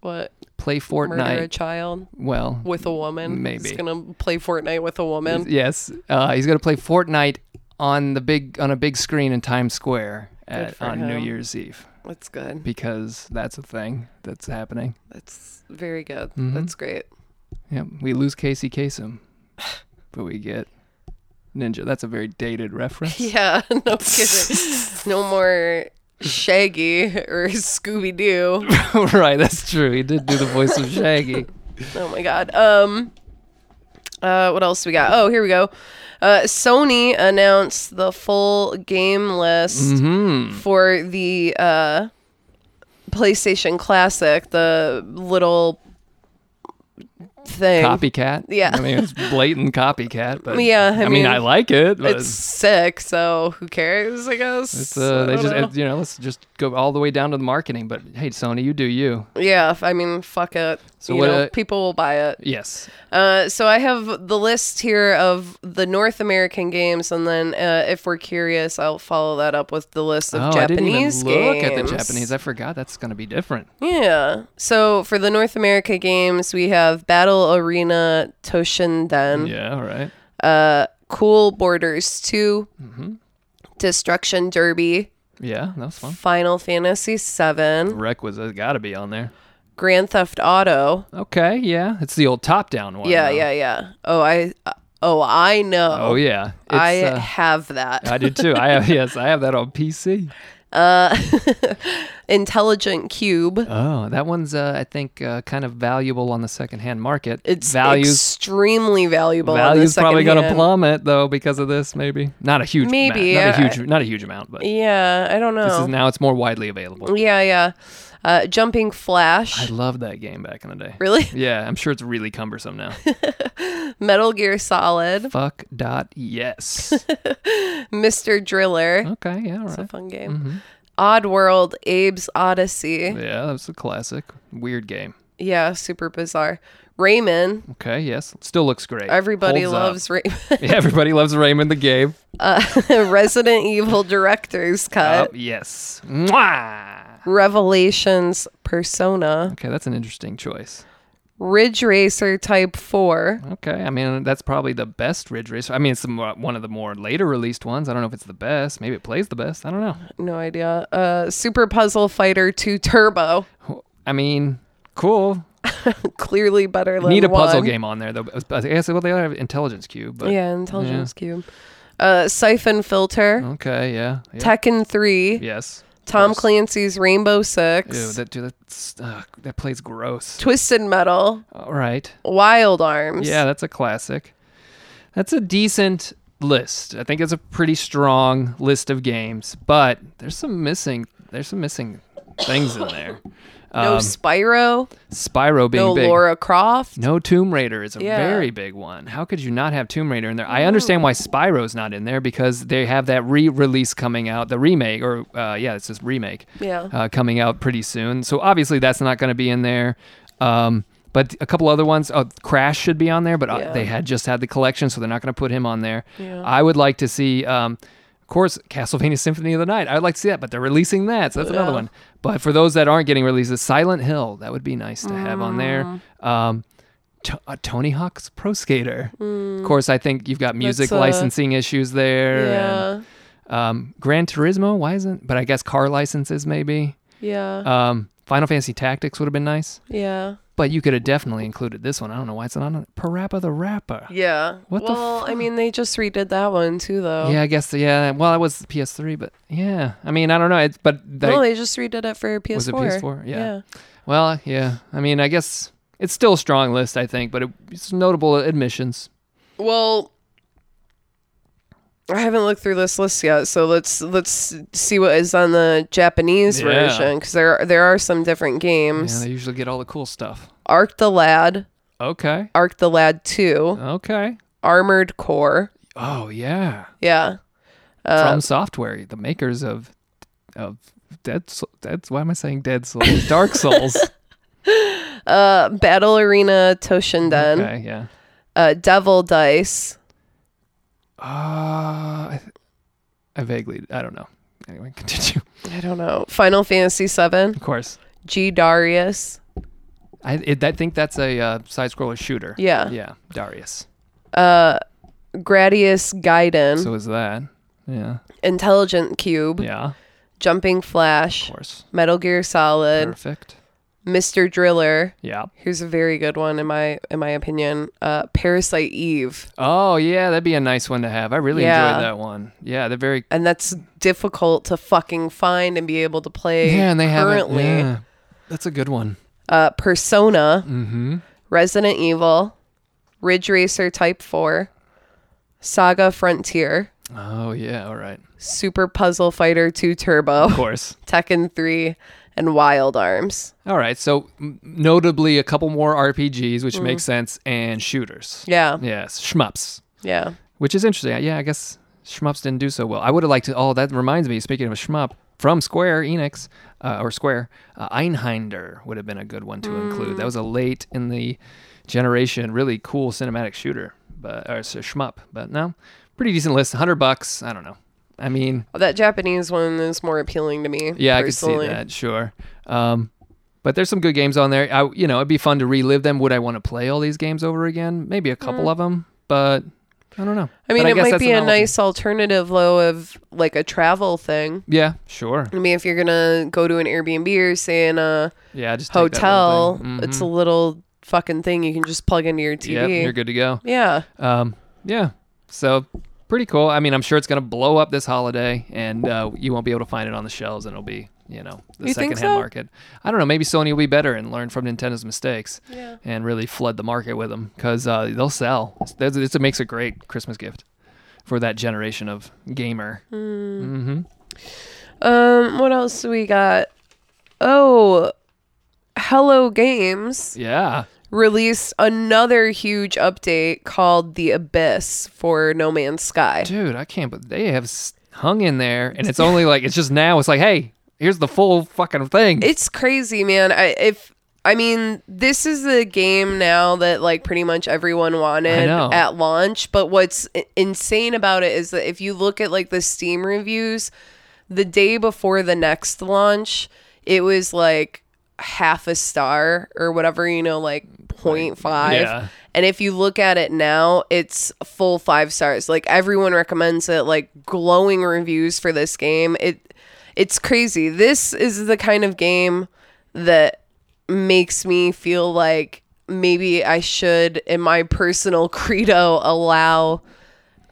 Speaker 2: What
Speaker 3: Play
Speaker 2: murder a
Speaker 3: Fortnite.
Speaker 2: child
Speaker 3: Well,
Speaker 2: with a woman?
Speaker 3: Maybe.
Speaker 2: he's gonna play Fortnite with a woman.
Speaker 3: yes. Uh, he's gonna play Fortnite on the big on a big screen in Times Square at,
Speaker 2: for
Speaker 3: on New
Speaker 2: him.
Speaker 3: Year's Eve
Speaker 2: That's good.
Speaker 3: because that's a thing that's happening.
Speaker 2: That's very good.
Speaker 3: Mm-hmm.
Speaker 2: That's great.
Speaker 3: Yeah, we lose Casey Kasem, but we get Ninja. That's a very dated reference.
Speaker 2: Yeah, no kidding. no more Shaggy or Scooby Doo.
Speaker 3: right, that's true. He did do the voice of Shaggy.
Speaker 2: Oh my god. Um uh what else we got? Oh, here we go. Uh Sony announced the full game list
Speaker 3: Mm-hmm.
Speaker 2: for the uh PlayStation Classic, the little thing.
Speaker 3: Copycat.
Speaker 2: Yeah.
Speaker 3: I mean, it's blatant copycat, but
Speaker 2: Yeah, I
Speaker 3: I, mean,
Speaker 2: mean,
Speaker 3: I like it, but
Speaker 2: It's sick, so who cares, I guess.
Speaker 3: it's, uh,
Speaker 2: I
Speaker 3: they
Speaker 2: don't
Speaker 3: just,
Speaker 2: know.
Speaker 3: you know, let's just go all the way down to the marketing. But hey, Sony, you do you.
Speaker 2: yeah, if- I mean, fuck it.
Speaker 3: So
Speaker 2: you
Speaker 3: what,
Speaker 2: know,
Speaker 3: uh,
Speaker 2: people will buy it.
Speaker 3: Yes.
Speaker 2: Uh, so I have the list here of the North American games, and then uh, if we're curious, I'll follow that up with the list of
Speaker 3: oh,
Speaker 2: Japanese
Speaker 3: I didn't even look
Speaker 2: games. Mm-hmm.
Speaker 3: at the Japanese. I forgot that's going to be different.
Speaker 2: yeah. So for the North America games, we have Battle Arena Toshinden,
Speaker 3: Yeah, all right.
Speaker 2: uh, Cool Borders 2 Destruction Derby,
Speaker 3: Yeah, that was Mm-hmm. fun.
Speaker 2: Final Fantasy VII,
Speaker 3: Wreck was got to be on there.
Speaker 2: Grand Theft Auto.
Speaker 3: Okay, yeah, it's the old top-down one.
Speaker 2: Yeah,
Speaker 3: though.
Speaker 2: yeah, yeah. Oh, I, oh, I know.
Speaker 3: Oh yeah, It's,
Speaker 2: I
Speaker 3: uh,
Speaker 2: have that.
Speaker 3: I do too. I have yes, I have that on PC.
Speaker 2: Intelligent Cube.
Speaker 3: Oh, that one's uh, I think uh, kind of valuable on the secondhand market.
Speaker 2: It's
Speaker 3: values
Speaker 2: extremely valuable. on the
Speaker 3: values probably going to
Speaker 2: secondhand.
Speaker 3: plummet though because of this. Maybe not a huge
Speaker 2: Maybe,
Speaker 3: amount, not
Speaker 2: yeah,
Speaker 3: a huge not a huge amount, but
Speaker 2: Yeah, I don't
Speaker 3: this is
Speaker 2: know.
Speaker 3: now it's more widely available.
Speaker 2: yeah, yeah. Uh, jumping
Speaker 3: I
Speaker 2: Flash.
Speaker 3: loved that game back in the day.
Speaker 2: really?
Speaker 3: Yeah, I'm sure it's really cumbersome now.
Speaker 2: Metal Gear Solid.
Speaker 3: Fuck dot yes.
Speaker 2: Mr. Driller.
Speaker 3: Okay, yeah, all right.
Speaker 2: Fun
Speaker 3: Mm-hmm.
Speaker 2: game. Odd World. Abe's Odyssey.
Speaker 3: Yeah, that's a classic. Weird game.
Speaker 2: yeah, super bizarre. Raymond,
Speaker 3: Okay, yes. Still looks great.
Speaker 2: everybody
Speaker 3: Holds up.
Speaker 2: loves Raymond.
Speaker 3: Everybody loves Raymond the game.
Speaker 2: Resident Evil director's cut,
Speaker 3: Up, yes. Mwah!
Speaker 2: Revelations Persona,
Speaker 3: Okay, that's an interesting choice.
Speaker 2: Ridge Racer Type 4,
Speaker 3: Okay, I mean that's probably the best Ridge Racer. I mean it's the more, one of the more later released ones. I don't know if it's the best. Maybe it plays the best. I don't know.
Speaker 2: no idea. Uh, Super Puzzle Fighter 2 Turbo,
Speaker 3: I mean, cool.
Speaker 2: clearly better than
Speaker 3: Need a puzzle
Speaker 2: one.
Speaker 3: game on there though. I guess well they have Intelligence Cube, but
Speaker 2: Yeah, Intelligence Cube. Uh, Siphon Filter,
Speaker 3: okay, yeah, Oh, yeah.
Speaker 2: Tekken 3,
Speaker 3: yes.
Speaker 2: Tom Clancy's Rainbow Six,
Speaker 3: Ew, that dude, that's, uh, that plays gross.
Speaker 2: Twisted Metal,
Speaker 3: All right.
Speaker 2: Wild Arms.
Speaker 3: Yeah, that's a classic. That's a decent list. I think it's a pretty strong list of games, but there's some missing. There's some missing things in there.
Speaker 2: No
Speaker 3: Um,
Speaker 2: Spyro,
Speaker 3: Spyro being
Speaker 2: no
Speaker 3: big.
Speaker 2: Laura Croft.
Speaker 3: No Tomb Raider is a
Speaker 2: Yeah.
Speaker 3: very big one. How could you not have Tomb Raider in there? I understand why Spyro's not in there because they have that re-release coming out, the remake, or uh, yeah, it's just remake
Speaker 2: Yeah.
Speaker 3: uh, coming out pretty soon. So obviously that's not going to be in there. Um, but a couple other ones, uh, Crash should be on there, but uh,
Speaker 2: Yeah.
Speaker 3: they had just had the collection, so they're not going to put him on there.
Speaker 2: Yeah.
Speaker 3: I would like to see, um, of course, Castlevania Symphony of the Night. I would like to see that, but they're releasing that, so that's another
Speaker 2: Yeah.
Speaker 3: one. But for those that aren't getting releases, Silent Hill, that would be nice to have on there. Um, T- uh, Tony Hawk's Pro Skater. Of course, I think you've got music
Speaker 2: Hmm. That's, uh,
Speaker 3: licensing issues there. and,
Speaker 2: yeah.
Speaker 3: um, Gran Turismo, why isn't? But I guess car licenses maybe.
Speaker 2: Yeah.
Speaker 3: Um, Final Fantasy Tactics would have been nice,
Speaker 2: yeah.
Speaker 3: but you could have definitely included this one. I don't know why it's not on it. Parappa the Rapper.
Speaker 2: Yeah.
Speaker 3: What the
Speaker 2: well, I mean, they just redid that one too, though.
Speaker 3: Yeah, I guess. Yeah, well, that was PS3, but yeah. I mean, I don't know. It's but they,
Speaker 2: no, they just redid it for PS4.
Speaker 3: Was it PS4? Yeah. well, yeah. I mean, I guess it's still a strong list, I think, but it, it's notable admissions.
Speaker 2: Well, I haven't looked through this list yet, so let's let's see what is on the Japanese
Speaker 3: Yeah.
Speaker 2: version 'cause version because there there are some different
Speaker 3: Yeah,
Speaker 2: games.
Speaker 3: they usually get all the cool stuff.
Speaker 2: Arc the Lad,
Speaker 3: Okay.
Speaker 2: Arc the Lad Two,
Speaker 3: Okay.
Speaker 2: Armored Core.
Speaker 3: Oh yeah.
Speaker 2: Yeah. Uh,
Speaker 3: From Software, the makers of of Dead Sou- Dead. Why am I saying Dead Souls? Dark Souls.
Speaker 2: Uh, Battle Arena Toshinden,
Speaker 3: okay. Yeah.
Speaker 2: uh, Devil Dice,
Speaker 3: Uh, I, th- I vaguely. I don't know. Anyway, continue.
Speaker 2: I don't know, Final Fantasy VII,
Speaker 3: Of course.
Speaker 2: G Darius,
Speaker 3: I it, I think that's a uh, side scroller shooter.
Speaker 2: Yeah.
Speaker 3: Yeah. Darius.
Speaker 2: Gradius Gaiden,
Speaker 3: So is that. Yeah.
Speaker 2: Intelligent Cube,
Speaker 3: Yeah.
Speaker 2: Jumping Flash,
Speaker 3: Of course.
Speaker 2: Metal Gear Solid,
Speaker 3: Perfect.
Speaker 2: Mr. Driller.
Speaker 3: Yeah.
Speaker 2: Here's a very good one in my in my opinion. Uh, Parasite Eve,
Speaker 3: Oh yeah, that'd be a nice one to have. I really
Speaker 2: Yeah.
Speaker 3: enjoyed that one. Yeah, they're very
Speaker 2: and that's difficult to fucking find and be able to play.
Speaker 3: yeah, and they
Speaker 2: currently.
Speaker 3: have yeah. That's a good one.
Speaker 2: Uh, Persona,
Speaker 3: Mm-hmm.
Speaker 2: Resident Evil, Ridge Racer Type Four, Saga Frontier,
Speaker 3: Oh yeah, all right.
Speaker 2: Super Puzzle Fighter Two Turbo,
Speaker 3: Of course.
Speaker 2: Tekken Three, and Wild Arms.
Speaker 3: All right, so m- notably a couple more RPGs, which makes sense, and shooters.
Speaker 2: Yeah,
Speaker 3: Yes, shmups,
Speaker 2: yeah.
Speaker 3: which is interesting. Yeah, I guess shmups didn't do so well. I would have liked to. Oh, that reminds me. Speaking of a shmup from Square Enix uh, or Square, uh, Einhinder would have been a good one to include. That was a late in the generation, really cool cinematic shooter, but or it's a shmup. But no, pretty decent list. Hundred bucks. I don't know. I mean,
Speaker 2: That Japanese one is more appealing to me.
Speaker 3: yeah,
Speaker 2: personally.
Speaker 3: I could see that. Sure. Um, but there's some good games on there. I, you know, it'd be fun to relive them. Would I want to play all these games over again? Maybe a couple of 'em, of them, but I don't know.
Speaker 2: Mm. I
Speaker 3: But
Speaker 2: mean, it
Speaker 3: guess
Speaker 2: might
Speaker 3: that's
Speaker 2: be a
Speaker 3: novelty.
Speaker 2: nice alternative, though, of like a travel thing.
Speaker 3: Yeah, sure.
Speaker 2: I mean, if you're gonna go to an Airbnb or stay in a
Speaker 3: Yeah, just take that little
Speaker 2: hotel,
Speaker 3: thing.
Speaker 2: it's a little fucking thing you can just plug into your
Speaker 3: Mhm. Yep,
Speaker 2: TV.
Speaker 3: you're good to go.
Speaker 2: yeah,
Speaker 3: Um, yeah. So pretty cool. I mean, I'm sure it's gonna blow up this holiday, and uh, you won't be able to find it on the shelves, and it'll be you know the
Speaker 2: You think
Speaker 3: secondhand
Speaker 2: so?
Speaker 3: market. I don't know. Maybe Sony will be better and learn from Nintendo's mistakes,
Speaker 2: Yeah.
Speaker 3: and really flood the market with them because uh, they'll sell. That's, it's, it makes a great Christmas gift for that generation of gamer.
Speaker 2: Hmm.
Speaker 3: Mm-hmm.
Speaker 2: Um, what else do we got? Oh, Hello Games
Speaker 3: Yeah.
Speaker 2: released another huge update called The Abyss for No Man's Sky.
Speaker 3: dude, I can't. But they have s- hung in there, and it's only like it's just now. It's like, hey, here's the full fucking thing.
Speaker 2: It's crazy, man. I if I mean, this is the game now that like pretty much everyone wanted
Speaker 3: know.
Speaker 2: at launch. But what's i- insane about it is that if you look at like the Steam reviews, the day before the next launch, it was like half a star or whatever, you know, like 0.5.
Speaker 3: Yeah.
Speaker 2: And if you look at it now, it's full five stars. Like everyone recommends it, like glowing reviews for this game. It it's crazy. This is the kind of game that makes me feel like maybe I should in my personal credo allow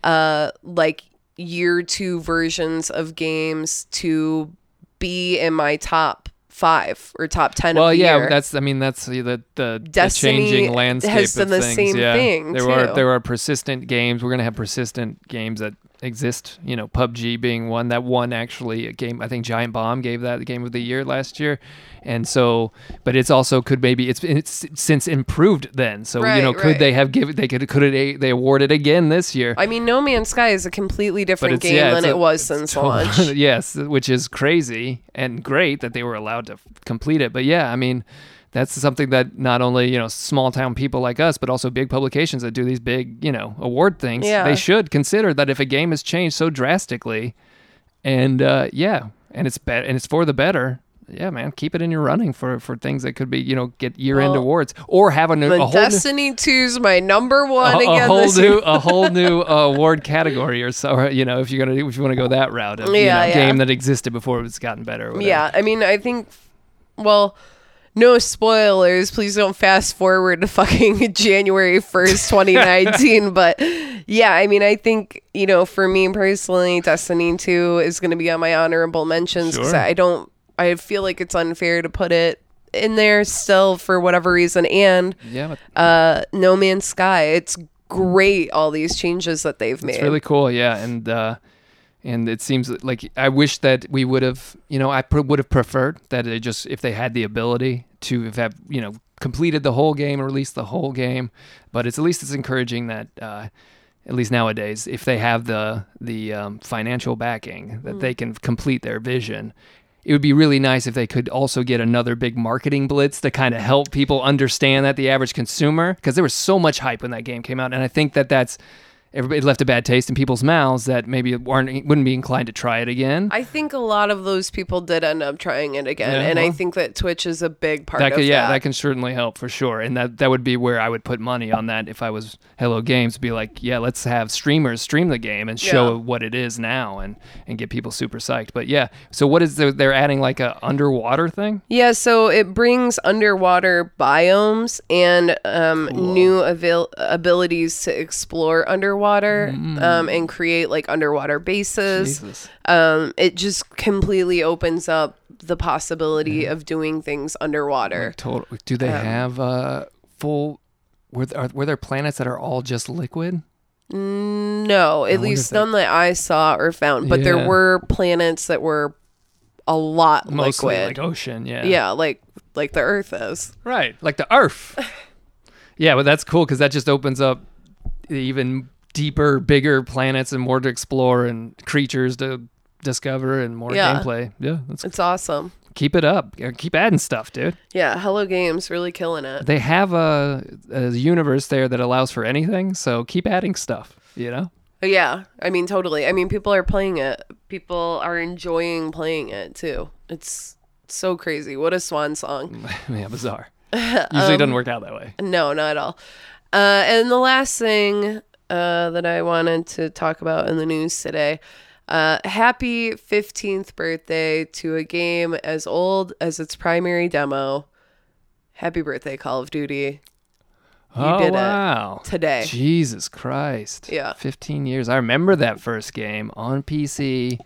Speaker 2: uh like year 2 versions of games to be in my top 5 or top 10
Speaker 3: Well,
Speaker 2: of the
Speaker 3: yeah,
Speaker 2: year.
Speaker 3: that's. I mean, that's the the, the
Speaker 2: Destiny
Speaker 3: changing landscape
Speaker 2: has done
Speaker 3: of
Speaker 2: the
Speaker 3: things.
Speaker 2: same
Speaker 3: yeah.
Speaker 2: thing,
Speaker 3: there are
Speaker 2: too.
Speaker 3: there are persistent games. We're gonna have persistent games that exist. You know, PUBG being one. That one actually a game. I think Giant Bomb gave that the game of the year last year, and so. But it's also could maybe it's it's since improved then. So
Speaker 2: Right,
Speaker 3: you know, could
Speaker 2: right.
Speaker 3: they have given they could could it a- they award it again this year?
Speaker 2: I mean, No Man's Sky is a completely
Speaker 3: but
Speaker 2: different
Speaker 3: it's
Speaker 2: game
Speaker 3: yeah,
Speaker 2: than
Speaker 3: it's a-
Speaker 2: it was
Speaker 3: it's
Speaker 2: since
Speaker 3: total-
Speaker 2: launch.
Speaker 3: yes, which is crazy and great that they were allowed to f- complete it. But yeah, I mean, that's something that not only you know small town people like us, but also big publications that do these big you know award things.
Speaker 2: Yeah.
Speaker 3: They should consider that if a game has changed so drastically, and uh, yeah, and it's bet and it's for the better. Yeah, man, keep it in your running for for things that could be you know get year end
Speaker 2: Well,
Speaker 3: awards or have a, new, a
Speaker 2: But
Speaker 3: whole new-
Speaker 2: Destiny 2's my number one
Speaker 3: a, a
Speaker 2: again
Speaker 3: whole
Speaker 2: this
Speaker 3: new
Speaker 2: year.
Speaker 3: a whole new uh, award category or so or, you know if you're gonna if you want to go that route of you
Speaker 2: Yeah,
Speaker 3: know,
Speaker 2: yeah.
Speaker 3: game that existed before it's gotten better or whatever.
Speaker 2: Yeah, I mean, I think, well, no spoilers. Please don't fast forward to fucking January 1st, 2019. but yeah, I mean, I think, you know, for me personally, Destiny 2 is going to be on my honorable mentions because
Speaker 3: Sure.
Speaker 2: I don't, I feel like it's unfair to put it in there still for whatever reason. And
Speaker 3: yeah but
Speaker 2: uh, No Man's Sky. It's great all these changes that they've made.
Speaker 3: it's really cool yeah and uh and it seems like I wish that we would have, you know, I pr- would have preferred that it just if they had the ability to have, had, you know, completed the whole game or released the whole game. But it's at least it's encouraging that, uh, at least nowadays, if they have the the um, financial backing that
Speaker 2: Mm.
Speaker 3: they can complete their vision. It would be really nice if they could also get another big marketing blitz to kind of help people understand that the average consumer, because there was so much hype when that game came out, and I think that that's everybody left a bad taste in people's mouths that maybe aren't wouldn't be inclined to try it again.
Speaker 2: I think a lot of those people did end up trying it again,
Speaker 3: Yeah,
Speaker 2: and I
Speaker 3: well.
Speaker 2: think that Twitch is a big part
Speaker 3: Uh-huh. that
Speaker 2: of
Speaker 3: could, yeah,
Speaker 2: that.
Speaker 3: that can certainly help for sure, and that that would be where I would put money on that if I was Hello Games. Be like, yeah, let's have streamers stream the game and show
Speaker 2: Yeah.
Speaker 3: what it is now, and and get people super psyched. But yeah, so what is the, they're adding like a underwater thing?
Speaker 2: yeah, so it brings underwater biomes and um, new avail- abilities to explore underwater
Speaker 3: Mm.
Speaker 2: um, and create like underwater bases.
Speaker 3: Jesus.
Speaker 2: Um, it just completely opens up the possibility of doing things underwater.
Speaker 3: Total. Do they have uh, full? Were there, are, were there planets that are all just liquid?
Speaker 2: No, at
Speaker 3: wonder if
Speaker 2: least
Speaker 3: that-
Speaker 2: none that I saw or found. But
Speaker 3: Yeah.
Speaker 2: there were planets that were a lot
Speaker 3: Mostly
Speaker 2: liquid.
Speaker 3: like ocean. Yeah.
Speaker 2: yeah, like like the Earth is.
Speaker 3: Right, like the earth. yeah, but that's cool because that just opens up even deeper, bigger planets and more to explore and creatures to discover and more
Speaker 2: Yeah.
Speaker 3: gameplay. Yeah, let's
Speaker 2: It's awesome.
Speaker 3: keep it up. Uh, Keep adding stuff, dude.
Speaker 2: Yeah, Hello Games really killing it.
Speaker 3: They have a, a universe there that allows for anything, so keep adding stuff. You know,
Speaker 2: Yeah, I mean totally. I mean people are playing it. People are enjoying playing it too. It's so crazy. What a swan song.
Speaker 3: yeah, bizarre. Usually
Speaker 2: Um,
Speaker 3: doesn't work out that way.
Speaker 2: No, not at all. Uh, and the last thing uh, that I wanted to talk about in the news today uh, happy 15th birthday to a game as old as its primary demo. Happy birthday, Call of Duty,
Speaker 3: oh
Speaker 2: did it
Speaker 3: wow!
Speaker 2: today.
Speaker 3: Jesus Christ.
Speaker 2: Yeah.
Speaker 3: 15 years. I remember that first game on PC.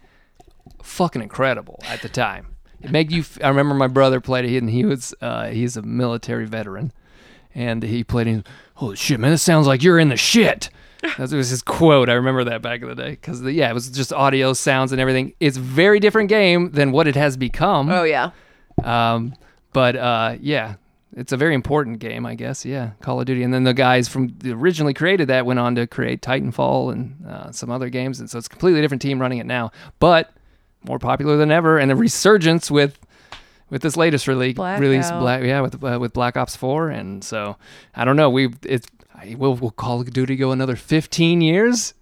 Speaker 3: Fucking incredible at the time. It made you f- I remember my brother played it and he was uh, he's a military veteran and he played it. and, Holy shit, man! This sounds like you're in the shit. That was his quote. I remember that back in the day because yeah, it was just audio, sounds, and everything. It's a very different game than what it has become.
Speaker 2: Oh, yeah.
Speaker 3: Um, but uh, yeah, it's a very important game, I guess. Yeah, Call of Duty, and then the guys from the originally created that went on to create Titanfall and uh, some other games, and so it's a completely different team running it now, but more popular than ever, and a resurgence with with this latest release,
Speaker 2: Blackout.
Speaker 3: release black, yeah, with uh, with Black Ops Four, and so I don't know. We it's I, will will Call of Duty go another fifteen years?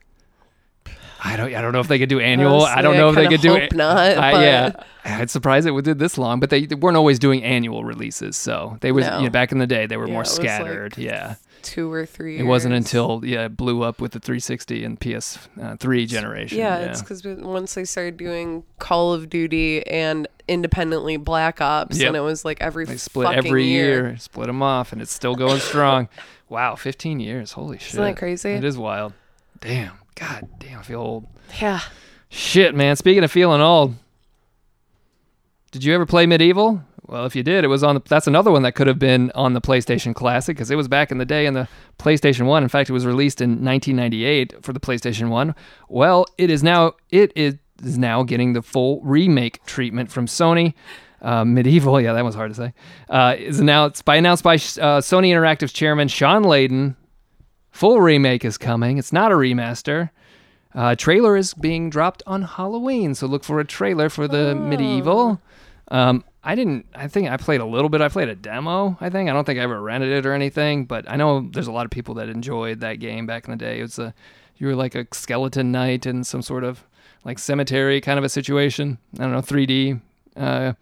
Speaker 3: I don't I don't know if they could do annual. I don't
Speaker 2: Honestly, I
Speaker 3: know if they
Speaker 2: kinda
Speaker 3: could do
Speaker 2: hope
Speaker 3: it.
Speaker 2: not,
Speaker 3: I,
Speaker 2: but-
Speaker 3: yeah, I'd surprised it did this long, but they, they weren't always doing annual releases. So they was
Speaker 2: No.
Speaker 3: you know, back in the day they were
Speaker 2: Yeah,
Speaker 3: more
Speaker 2: it was like
Speaker 3: scattered. yeah,
Speaker 2: two or three.
Speaker 3: it wasn't
Speaker 2: years.
Speaker 3: until yeah it blew up with the 360 and PS3 generation.
Speaker 2: yeah, it's because once they started doing Call of Duty and independently Black Ops,
Speaker 3: Yep.
Speaker 2: and it was like every
Speaker 3: They split
Speaker 2: fucking
Speaker 3: every year. split them off, and it's still going strong. wow, 15 years. Holy shit.
Speaker 2: that crazy?
Speaker 3: It is wild. Damn. God damn, I feel old.
Speaker 2: Yeah,
Speaker 3: Shit, man. Speaking of feeling old, did you ever play Medieval? Well, if you did, it was on the. That's another one that could have been on the PlayStation Classic because it was back in the day in the PlayStation One. In fact, it was released in 1998 for the PlayStation One. Well, it is now. It is is now getting the full remake treatment from Sony. Uh, medieval, yeah, that was hard to say. Uh, is announced by announced by uh, Sony Interactive's chairman Sean Layden. Full remake is coming. It's not a remaster. Uh, trailer is being dropped on Halloween, so look for a trailer for the medieval. Um, I didn't. I think I played a little bit. I played a demo. I think I don't think I ever rented it or anything. But I know there's a lot of people that enjoyed that game back in the day. It was a you were like a skeleton knight in some sort of like cemetery kind of a situation. I don't know 3D. Uh,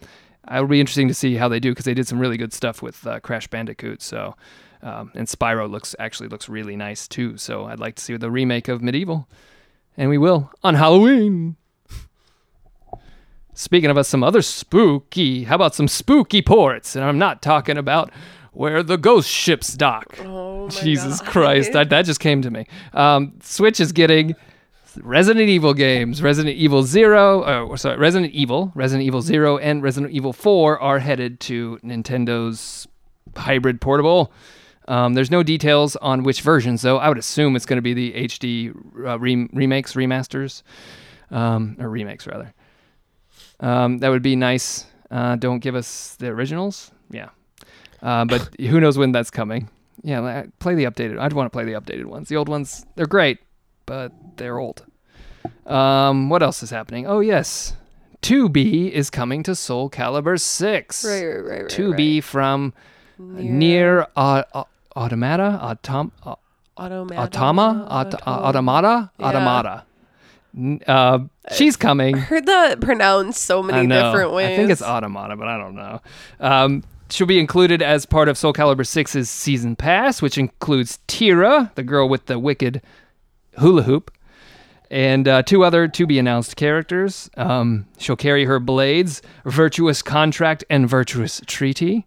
Speaker 3: it'll be interesting to see how they do because they did some really good stuff with uh, Crash Bandicoot. So. Um, and Spyro looks actually looks really nice too, so I'd like to see the remake of Medieval and we will on Halloween. Speaking of us, some other spooky. How about some spooky ports? And I'm not talking about where the ghost ships dock.
Speaker 2: Oh my
Speaker 3: Jesus
Speaker 2: God.
Speaker 3: Christ, that, that just came to me. Um, Switch is getting Resident Evil games. Resident Evil Zero, oh, sorry, Resident Evil, Resident Evil Zero, and Resident Evil Four are headed to Nintendo's hybrid portable. Um, there's no details on which versions, though. I would assume it's going to be the HD uh, rem- remakes, remasters, um, or remakes rather. Um, that would be nice. Uh, don't give us the originals. Yeah. Uh, but who knows when that's coming? Yeah, li- play the updated. I'd want to play the updated ones. The old ones, they're great, but they're old. Um, what else is happening? Oh yes, 2B is coming to Soul Calibur 6.
Speaker 2: right, right, right, right. right.
Speaker 3: 2B from Near, Au- Au- Automata, Autom- Au-
Speaker 2: Automata.
Speaker 3: Automa, Aut- Automata,
Speaker 2: Yeah.
Speaker 3: Automata. N- Uh, she's coming.
Speaker 2: Heard that pronounced so many
Speaker 3: I know.
Speaker 2: different ways.
Speaker 3: I think it's Automata, but I don't know. Um, she'll be included as part of Soul Calibur 6's season pass, which includes Tira, the girl with the wicked hula hoop, and uh, two other to be announced characters. Um, she'll carry her blades, virtuous contract, and virtuous treaty,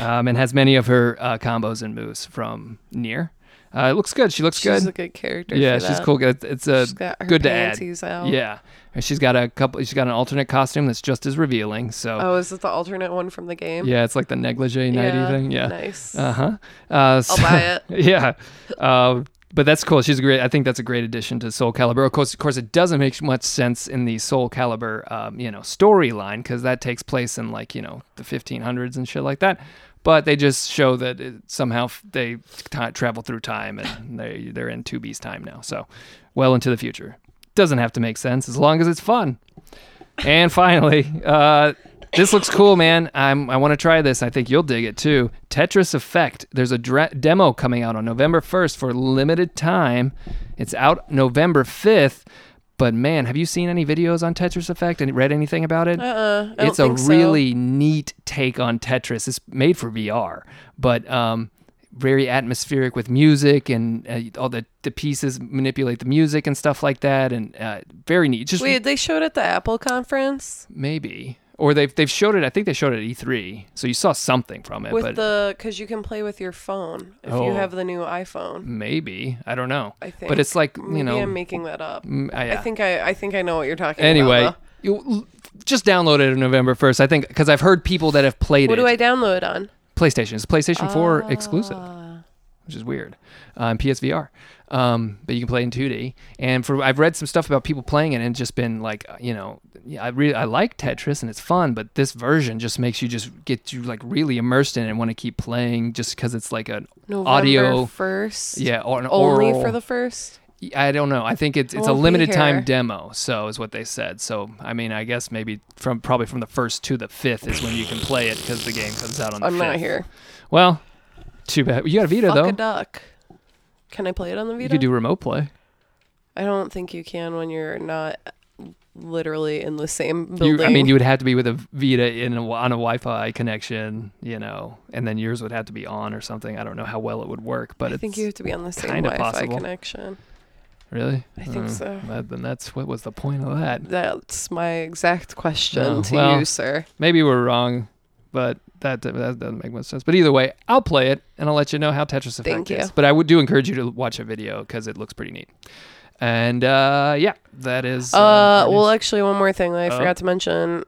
Speaker 3: um, and has many of her uh, combos and moves from near. Uh, it looks good. She looks
Speaker 2: she's
Speaker 3: good.
Speaker 2: a good character.
Speaker 3: Yeah,
Speaker 2: for
Speaker 3: she's
Speaker 2: that.
Speaker 3: cool. It- It's a
Speaker 2: She's got her
Speaker 3: good to add.
Speaker 2: panties out.
Speaker 3: Yeah, and she's got a couple. She's got an alternate costume that's just as revealing. So
Speaker 2: Oh, is this the alternate one from the game?
Speaker 3: yeah, it's like the negligee nighty thing. Yeah.
Speaker 2: Nice. Oh,
Speaker 3: Uh-huh. Uh so-
Speaker 2: buy it.
Speaker 3: yeah. Uh, but that's cool. She's a great. I think that's a great addition to Soul Calibur. Of course, of course, it doesn't make much sense in the Soul Calibur, um, you know, storyline because that takes place in like you know the 1500s and shit like that. But they just show that it, somehow f- they t- travel through time and they they're in 2B's time now. So well into the future. Doesn't have to make sense as long as it's fun. And finally, uh, this looks cool, man. I'm, I want to try this. I think you'll dig it too. Tetris Effect. There's a dra- demo coming out on November 1st for limited time. It's out November 5th. But man, have you seen any videos on Tetris Effect and read anything about it?
Speaker 2: Uh-uh, I don't
Speaker 3: it's a
Speaker 2: think so.
Speaker 3: really neat take on Tetris. It's made for VR, but um, very atmospheric with music and uh, all the, the pieces manipulate the music and stuff like that. And uh, very neat. Just
Speaker 2: Wait, they showed at the Apple conference
Speaker 3: Maybe. Or they've they've showed it. I think they showed it at E3, so you saw something from it.
Speaker 2: with
Speaker 3: but
Speaker 2: the because you can play with your phone if
Speaker 3: Oh.
Speaker 2: you have the new iPhone.
Speaker 3: maybe I don't know.
Speaker 2: I think.
Speaker 3: But it's like
Speaker 2: Maybe
Speaker 3: you know.
Speaker 2: I'm making that up.
Speaker 3: mm, uh, yeah.
Speaker 2: I think I I think I know what you're talking about.
Speaker 3: anyway,
Speaker 2: though.
Speaker 3: you l- just download it on November first. I think because I've heard people that have played
Speaker 2: what
Speaker 3: it.
Speaker 2: do I download on?
Speaker 3: PlayStation. It's PlayStation Four exclusive.
Speaker 2: Ah.
Speaker 3: which is weird, uh, and PSVR. Um, but you can play in 2D. And for I've read some stuff about people playing it and just been like, uh, you know, yeah, I really I like Tetris and it's fun, but this version just makes you just get you like really immersed in it and want to keep playing just because it's like an
Speaker 2: November
Speaker 3: audio,
Speaker 2: first.
Speaker 3: yeah, or an
Speaker 2: Only
Speaker 3: oral.
Speaker 2: for the first.
Speaker 3: I don't know. I think it's it's a
Speaker 2: won't be
Speaker 3: limited time
Speaker 2: here.
Speaker 3: demo, so is what they said. So I mean, I guess maybe from probably from the first to the fifth is when you can play it because the game comes out on the
Speaker 2: I'm not
Speaker 3: fifth.
Speaker 2: here.
Speaker 3: Well, too bad. You got a Vita
Speaker 2: Fuck
Speaker 3: though.
Speaker 2: a duck. Can I play it on the Vita?
Speaker 3: You could do remote play.
Speaker 2: I don't think you can when you're not literally in the same building.
Speaker 3: You, I mean, you would have to be with a Vita in a, on a Wi-Fi connection, you know, and then yours would have to be on or something. I don't know how well it would work, but
Speaker 2: I
Speaker 3: it's
Speaker 2: think you have to be on the same
Speaker 3: kinda
Speaker 2: Wi-Fi
Speaker 3: possible.
Speaker 2: connection.
Speaker 3: really.
Speaker 2: I think so.
Speaker 3: that- then that's what was the point of that?
Speaker 2: That's my exact question
Speaker 3: Oh,
Speaker 2: to
Speaker 3: well.
Speaker 2: you, sir.
Speaker 3: Maybe we're wrong, but that that doesn't make much sense. But either way, I'll play it and I'll let you know how Tetris Effect
Speaker 2: Thank
Speaker 3: is.
Speaker 2: you.
Speaker 3: But I would do encourage you to watch a video because it looks pretty neat. And uh, yeah, that is. um,
Speaker 2: Uh,
Speaker 3: that
Speaker 2: well,
Speaker 3: is-
Speaker 2: actually, one more thing that I
Speaker 3: Oh.
Speaker 2: forgot to mention,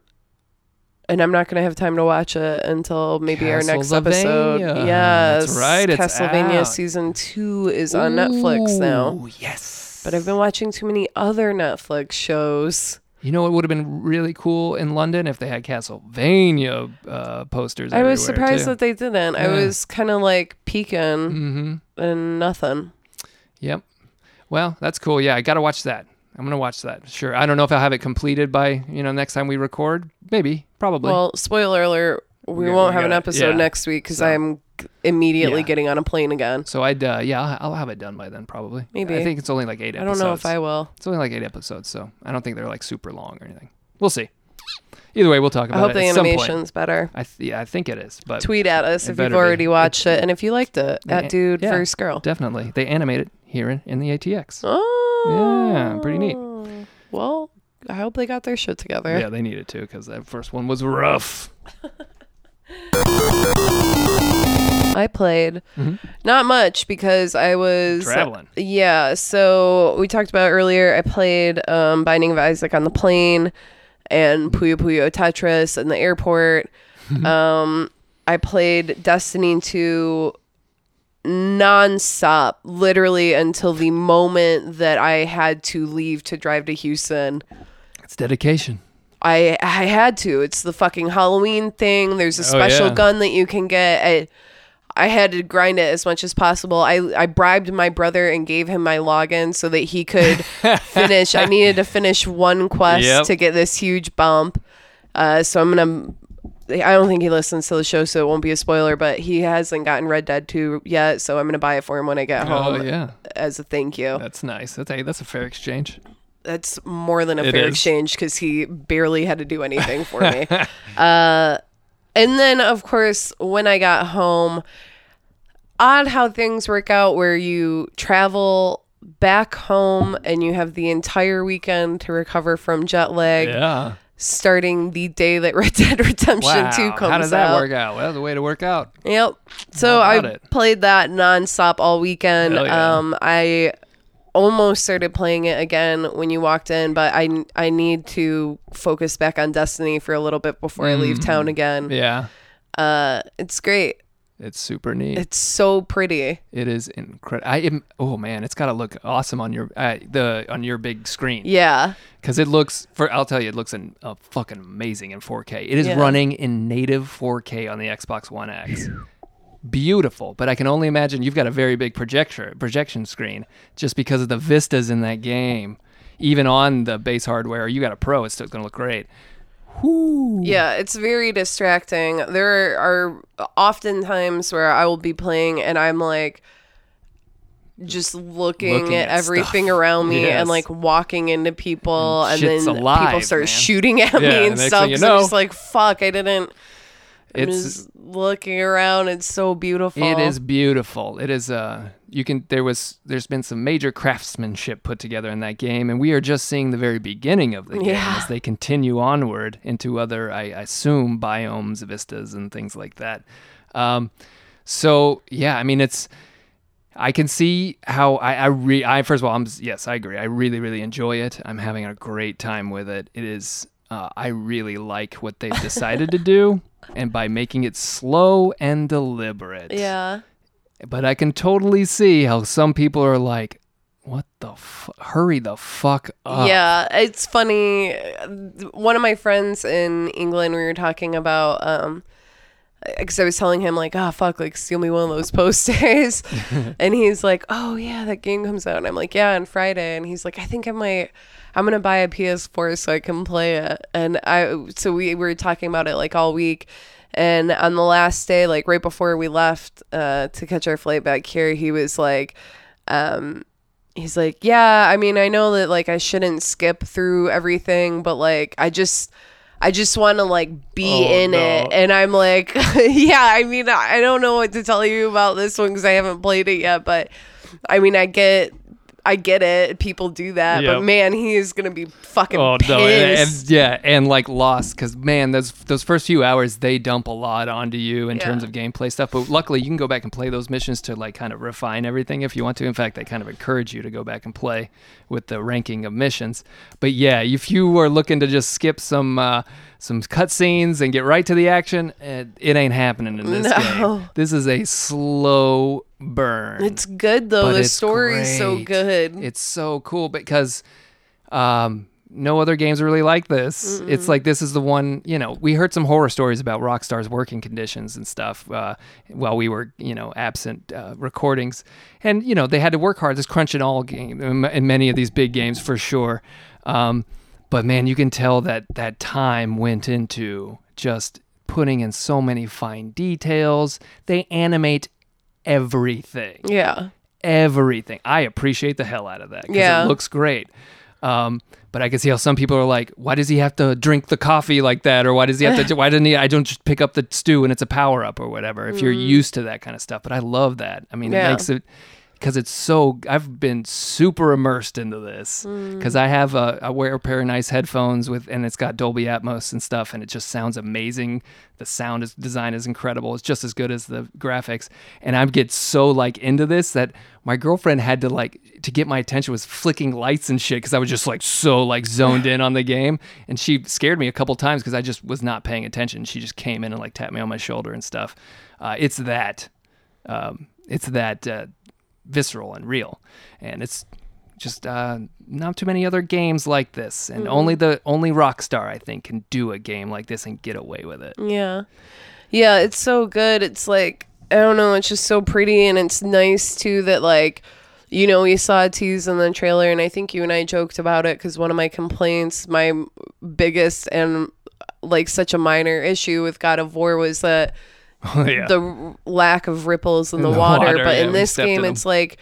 Speaker 2: and I'm not gonna have time to watch it until maybe our next
Speaker 3: Castlevania.
Speaker 2: episode. Yes,
Speaker 3: That's right, it's
Speaker 2: Castlevania
Speaker 3: out.
Speaker 2: season two is on Netflix now.
Speaker 3: Ooh, Yes,
Speaker 2: But I've been watching too many other Netflix shows.
Speaker 3: You know, it would have been really cool in London if they had Castlevania uh, posters.
Speaker 2: I was surprised that they didn't. I
Speaker 3: Yeah.
Speaker 2: was kind of like peeking
Speaker 3: Mm-hmm.
Speaker 2: and nothing.
Speaker 3: Yep. Well, that's cool. Yeah, I got to watch that. I'm gonna watch that. Sure. I don't know if I'll have it completed by you know next time we record. Maybe. Probably.
Speaker 2: Well, spoiler alert, we
Speaker 3: Yeah,
Speaker 2: won't
Speaker 3: we
Speaker 2: have an
Speaker 3: gotta-
Speaker 2: episode
Speaker 3: yeah.
Speaker 2: next week because
Speaker 3: So-
Speaker 2: I'm g- immediately
Speaker 3: Yeah.
Speaker 2: getting on a plane again.
Speaker 3: so I'd uh, yeah I'll- I'll have it done by then probably.
Speaker 2: Maybe.
Speaker 3: I think it's only like eight.
Speaker 2: I don't know if
Speaker 3: episodes.
Speaker 2: I will.
Speaker 3: It's only like eight episodes, so I don't think they're like super long or anything. We'll see. Either way, we'll talk
Speaker 2: I
Speaker 3: about
Speaker 2: hope
Speaker 3: it
Speaker 2: the
Speaker 3: at some point.
Speaker 2: animation's better.
Speaker 3: I th- yeah, I think it is, but
Speaker 2: Tweet at us
Speaker 3: It
Speaker 2: if
Speaker 3: better
Speaker 2: you've
Speaker 3: be.
Speaker 2: already watched it and if you liked it
Speaker 3: Yeah.
Speaker 2: at Dude
Speaker 3: Yeah.
Speaker 2: First Girl.
Speaker 3: definitely they animate it here in, in the ATX.
Speaker 2: Oh,
Speaker 3: Yeah, pretty neat.
Speaker 2: Well, I hope they got their shit together.
Speaker 3: Yeah, they needed to because that first one was rough.
Speaker 2: I played not much because I was
Speaker 3: Traveling.
Speaker 2: Yeah, so we talked about earlier. I played um, Binding of Isaac on the plane and Puyo Puyo Tetris in the airport. um, I played Destiny 2 nonstop, literally until the moment that I had to leave to drive to Houston.
Speaker 3: It's dedication.
Speaker 2: I I had to. It's the fucking Halloween thing. There's a
Speaker 3: Oh, yeah.
Speaker 2: special gun that you can get. I, I had to grind it as much as possible. I I bribed my brother and gave him my login so that he could finish. I needed to finish one quest
Speaker 3: Yep.
Speaker 2: to get this huge bump. Uh, so I'm gonna. I don't think he listens to the show, so it won't be a spoiler. But he hasn't gotten Red Dead 2 yet, so I'm gonna buy it for him when I get
Speaker 3: Oh,
Speaker 2: home
Speaker 3: yeah,
Speaker 2: as a thank you.
Speaker 3: that's nice. That's a, that's a fair exchange.
Speaker 2: that's more than a
Speaker 3: It
Speaker 2: fair
Speaker 3: is.
Speaker 2: exchange because he barely had to do anything for me. uh, and then, of course, when I got home, odd how things work out where you travel back home and you have the entire weekend to recover from jet lag,
Speaker 3: Yeah.
Speaker 2: starting the day that Red Dead Redemption 2 comes out.
Speaker 3: How does that work out? Well, the way to work out.
Speaker 2: Yep. So
Speaker 3: How
Speaker 2: I
Speaker 3: about it?
Speaker 2: played that nonstop all weekend.
Speaker 3: Hell yeah.
Speaker 2: Um, I almost started playing it again when you walked in, but I I need to focus back on Destiny for a little bit before I leave town again.
Speaker 3: Mm. Yeah.
Speaker 2: Uh, it's great.
Speaker 3: It's super neat.
Speaker 2: It's so pretty.
Speaker 3: it is incredible. I am. Oh man, it's gotta look awesome on your uh, the on your big screen.
Speaker 2: Yeah.
Speaker 3: Because it looks for. I'll tell you, it looks in, uh, fucking amazing in 4K. It is
Speaker 2: Yeah.
Speaker 3: running in native 4K on the Xbox One X. Beautiful, but I can only imagine you've got a very big projector projection screen just because of the vistas in that game. Even on the base hardware, you got a pro, it's still gonna look great. Whoo!
Speaker 2: Yeah, it's very distracting. There are often times where I will be playing and I'm like just looking,
Speaker 3: Looking
Speaker 2: at,
Speaker 3: at
Speaker 2: everything
Speaker 3: stuff.
Speaker 2: around me
Speaker 3: Yes. Mm,
Speaker 2: and like walking into people and,
Speaker 3: shit's
Speaker 2: then people
Speaker 3: alive,
Speaker 2: start
Speaker 3: man.
Speaker 2: shooting at
Speaker 3: Yeah,
Speaker 2: me
Speaker 3: the
Speaker 2: and
Speaker 3: next
Speaker 2: stuff.
Speaker 3: thing you
Speaker 2: 'cause I'm just
Speaker 3: know-
Speaker 2: like, fuck, I didn't. I'm
Speaker 3: It's-
Speaker 2: just looking around. It's so beautiful.
Speaker 3: It is beautiful. It is uh you can there was there's been some major craftsmanship put together in that game and we are just seeing the very beginning of the game
Speaker 2: Yeah.
Speaker 3: as they continue onward into other I assume biomes, vistas and things like that. Um so yeah, I mean it's I can see how I I re I first of all I'm yes I agree I really really enjoy it I'm having a great time with it it is uh, I really like what they've decided to do and by making it slow and deliberate
Speaker 2: Yeah.
Speaker 3: but I can totally see how some people are like what the fu- hurry the fuck up
Speaker 2: Yeah, it's funny. One of my friends in England, we were talking about um, because I was telling him like, ah, oh, fuck, like steal me one of those posters, and he's like, oh yeah, that game comes out, and I'm like, yeah, on Friday, and he's like, I think I might, I'm gonna buy a PS4 so I can play it, and I, so we were talking about it like all week, and on the last day, like right before we left uh, to catch our flight back here, he was like, um, he's like, yeah, I mean, I know that like I shouldn't skip through everything, but like I just. I just want to like be
Speaker 3: Oh,
Speaker 2: in
Speaker 3: no.
Speaker 2: it. And I'm like, yeah, I mean, I don't know what to tell you about this one because I haven't played it yet. But I mean, I get, I get it. People do that. But
Speaker 3: Yep.
Speaker 2: man, he is gonna be fucking
Speaker 3: Oh
Speaker 2: pissed.
Speaker 3: no! And, and- yeah, and like lost because man, those those first few hours they dump a lot onto you in
Speaker 2: Yeah.
Speaker 3: terms of gameplay stuff. But luckily, you can go back and play those missions to like kind of refine everything if you want to. In fact, they kind of encourage you to go back and play with the ranking of missions. But yeah, if you are looking to just skip some uh, some cutscenes and get right to the action, it, it ain't happening in this
Speaker 2: No.
Speaker 3: game. This is a slow burn.
Speaker 2: it's good though.
Speaker 3: But
Speaker 2: the
Speaker 3: it's
Speaker 2: story's so
Speaker 3: great.
Speaker 2: good.
Speaker 3: It's so cool because um, no other games are really like this. It's like this is the one, you know, we heard some horror stories about Rockstar's working conditions and stuff uh, while we were, you know, absent uh, recordings. And, you know, they had to work hard. There's crunch in all games, in many of these big games for sure. Um, but man, you can tell that that time went into just putting in so many fine details. They animate everything
Speaker 2: yeah,
Speaker 3: everything. I appreciate the hell out of that. 'cause
Speaker 2: Yeah.
Speaker 3: it looks great. Um, but I can see how some people are like, why does he have to drink the coffee like that, or why does he have to? do- Why didn't he? I don't just pick up the stew and it's a power up or whatever. If you're used to that kind of stuff, but I love that. I mean,
Speaker 2: Mm. Yeah.
Speaker 3: it makes it because it's so. I've been super immersed into this because I have a I wear a pair of nice headphones with, and it's got Dolby Atmos and stuff, and it just sounds amazing. The sound is design is incredible. It's just as good as the graphics, and I get so like into this that my girlfriend had to like to get my attention was flicking lights and shit because I was just like so like zoned in on the game, and she scared me a couple times because I just was not paying attention. She just came in and like tapped me on my shoulder and stuff. Uh, it's that, um, it's that uh, visceral and real, and it's just uh, not too many other games like this, and
Speaker 2: Mm-hmm.
Speaker 3: only the only Rockstar I think can do a game like this and get away with it.
Speaker 2: yeah, yeah. It's so good. It's like I don't know. It's just so pretty, and it's nice too that like. You know, we saw a tease in the trailer, and I think you and I joked about it because one of my complaints, my biggest and like such a minor issue with God of War was that
Speaker 3: yeah.
Speaker 2: Mm-hmm. the r- lack of ripples in the,
Speaker 3: the
Speaker 2: water,
Speaker 3: water,
Speaker 2: but
Speaker 3: yeah,
Speaker 2: in
Speaker 3: we
Speaker 2: this
Speaker 3: stepped in
Speaker 2: game
Speaker 3: them.
Speaker 2: it's like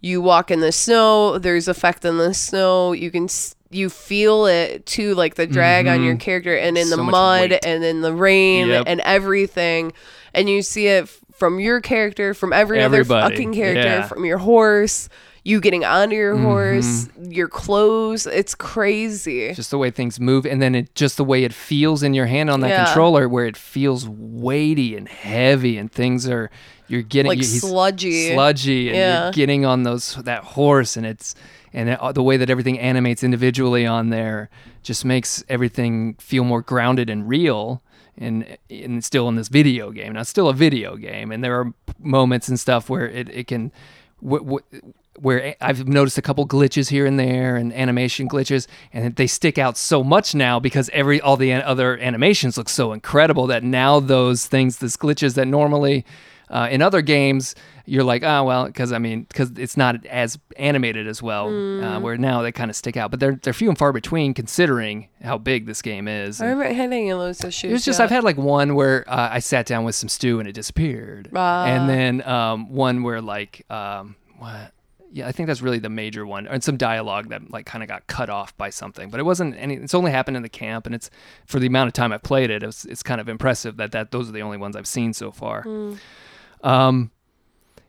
Speaker 2: you walk in the snow there's effect in the snow you can s- you feel it too like the drag on your character and in
Speaker 3: Mm-hmm. So
Speaker 2: the
Speaker 3: much
Speaker 2: mud
Speaker 3: weight.
Speaker 2: and in the rain
Speaker 3: Yep.
Speaker 2: and everything and you see it f- from your character from every other
Speaker 3: Everybody,
Speaker 2: fucking character
Speaker 3: yeah. Mm-hmm.
Speaker 2: from your horse you getting onto your horse your clothes it's crazy
Speaker 3: just the way things move and then it just the way it feels in your hand on that
Speaker 2: Yeah.
Speaker 3: controller where it feels weighty and heavy and things are you're getting
Speaker 2: Like
Speaker 3: you- he's
Speaker 2: sludgy.
Speaker 3: sludgy and
Speaker 2: Yeah.
Speaker 3: you're getting on those that horse and it's and it, uh, the way that everything animates individually on there just makes everything feel more grounded and real and and still in this video game now it's still a video game and there are moments and stuff where it, it can wh- wh- where I've noticed a couple glitches here and there and animation glitches, and they stick out so much now because every all the an- other animations look so incredible that now those things, those glitches that normally uh, in other games you're like, oh well, because I mean, because it's not as animated as well. Uh, where now they kind of stick out, but they're they're few and far between considering how big this game is.
Speaker 2: i haven't had any of those issues
Speaker 3: It was just
Speaker 2: yet.
Speaker 3: I've had like one where uh, I sat down with some stew and it disappeared,
Speaker 2: Ah.
Speaker 3: and then um, one where like um, what? Yeah, I think that's really the major one, and some dialogue that like kind of got cut off by something. But it wasn't any. It's only happened in the camp, and it's for the amount of time I've played it. It's it's kind of impressive that that those are the only ones I've seen so far. Um,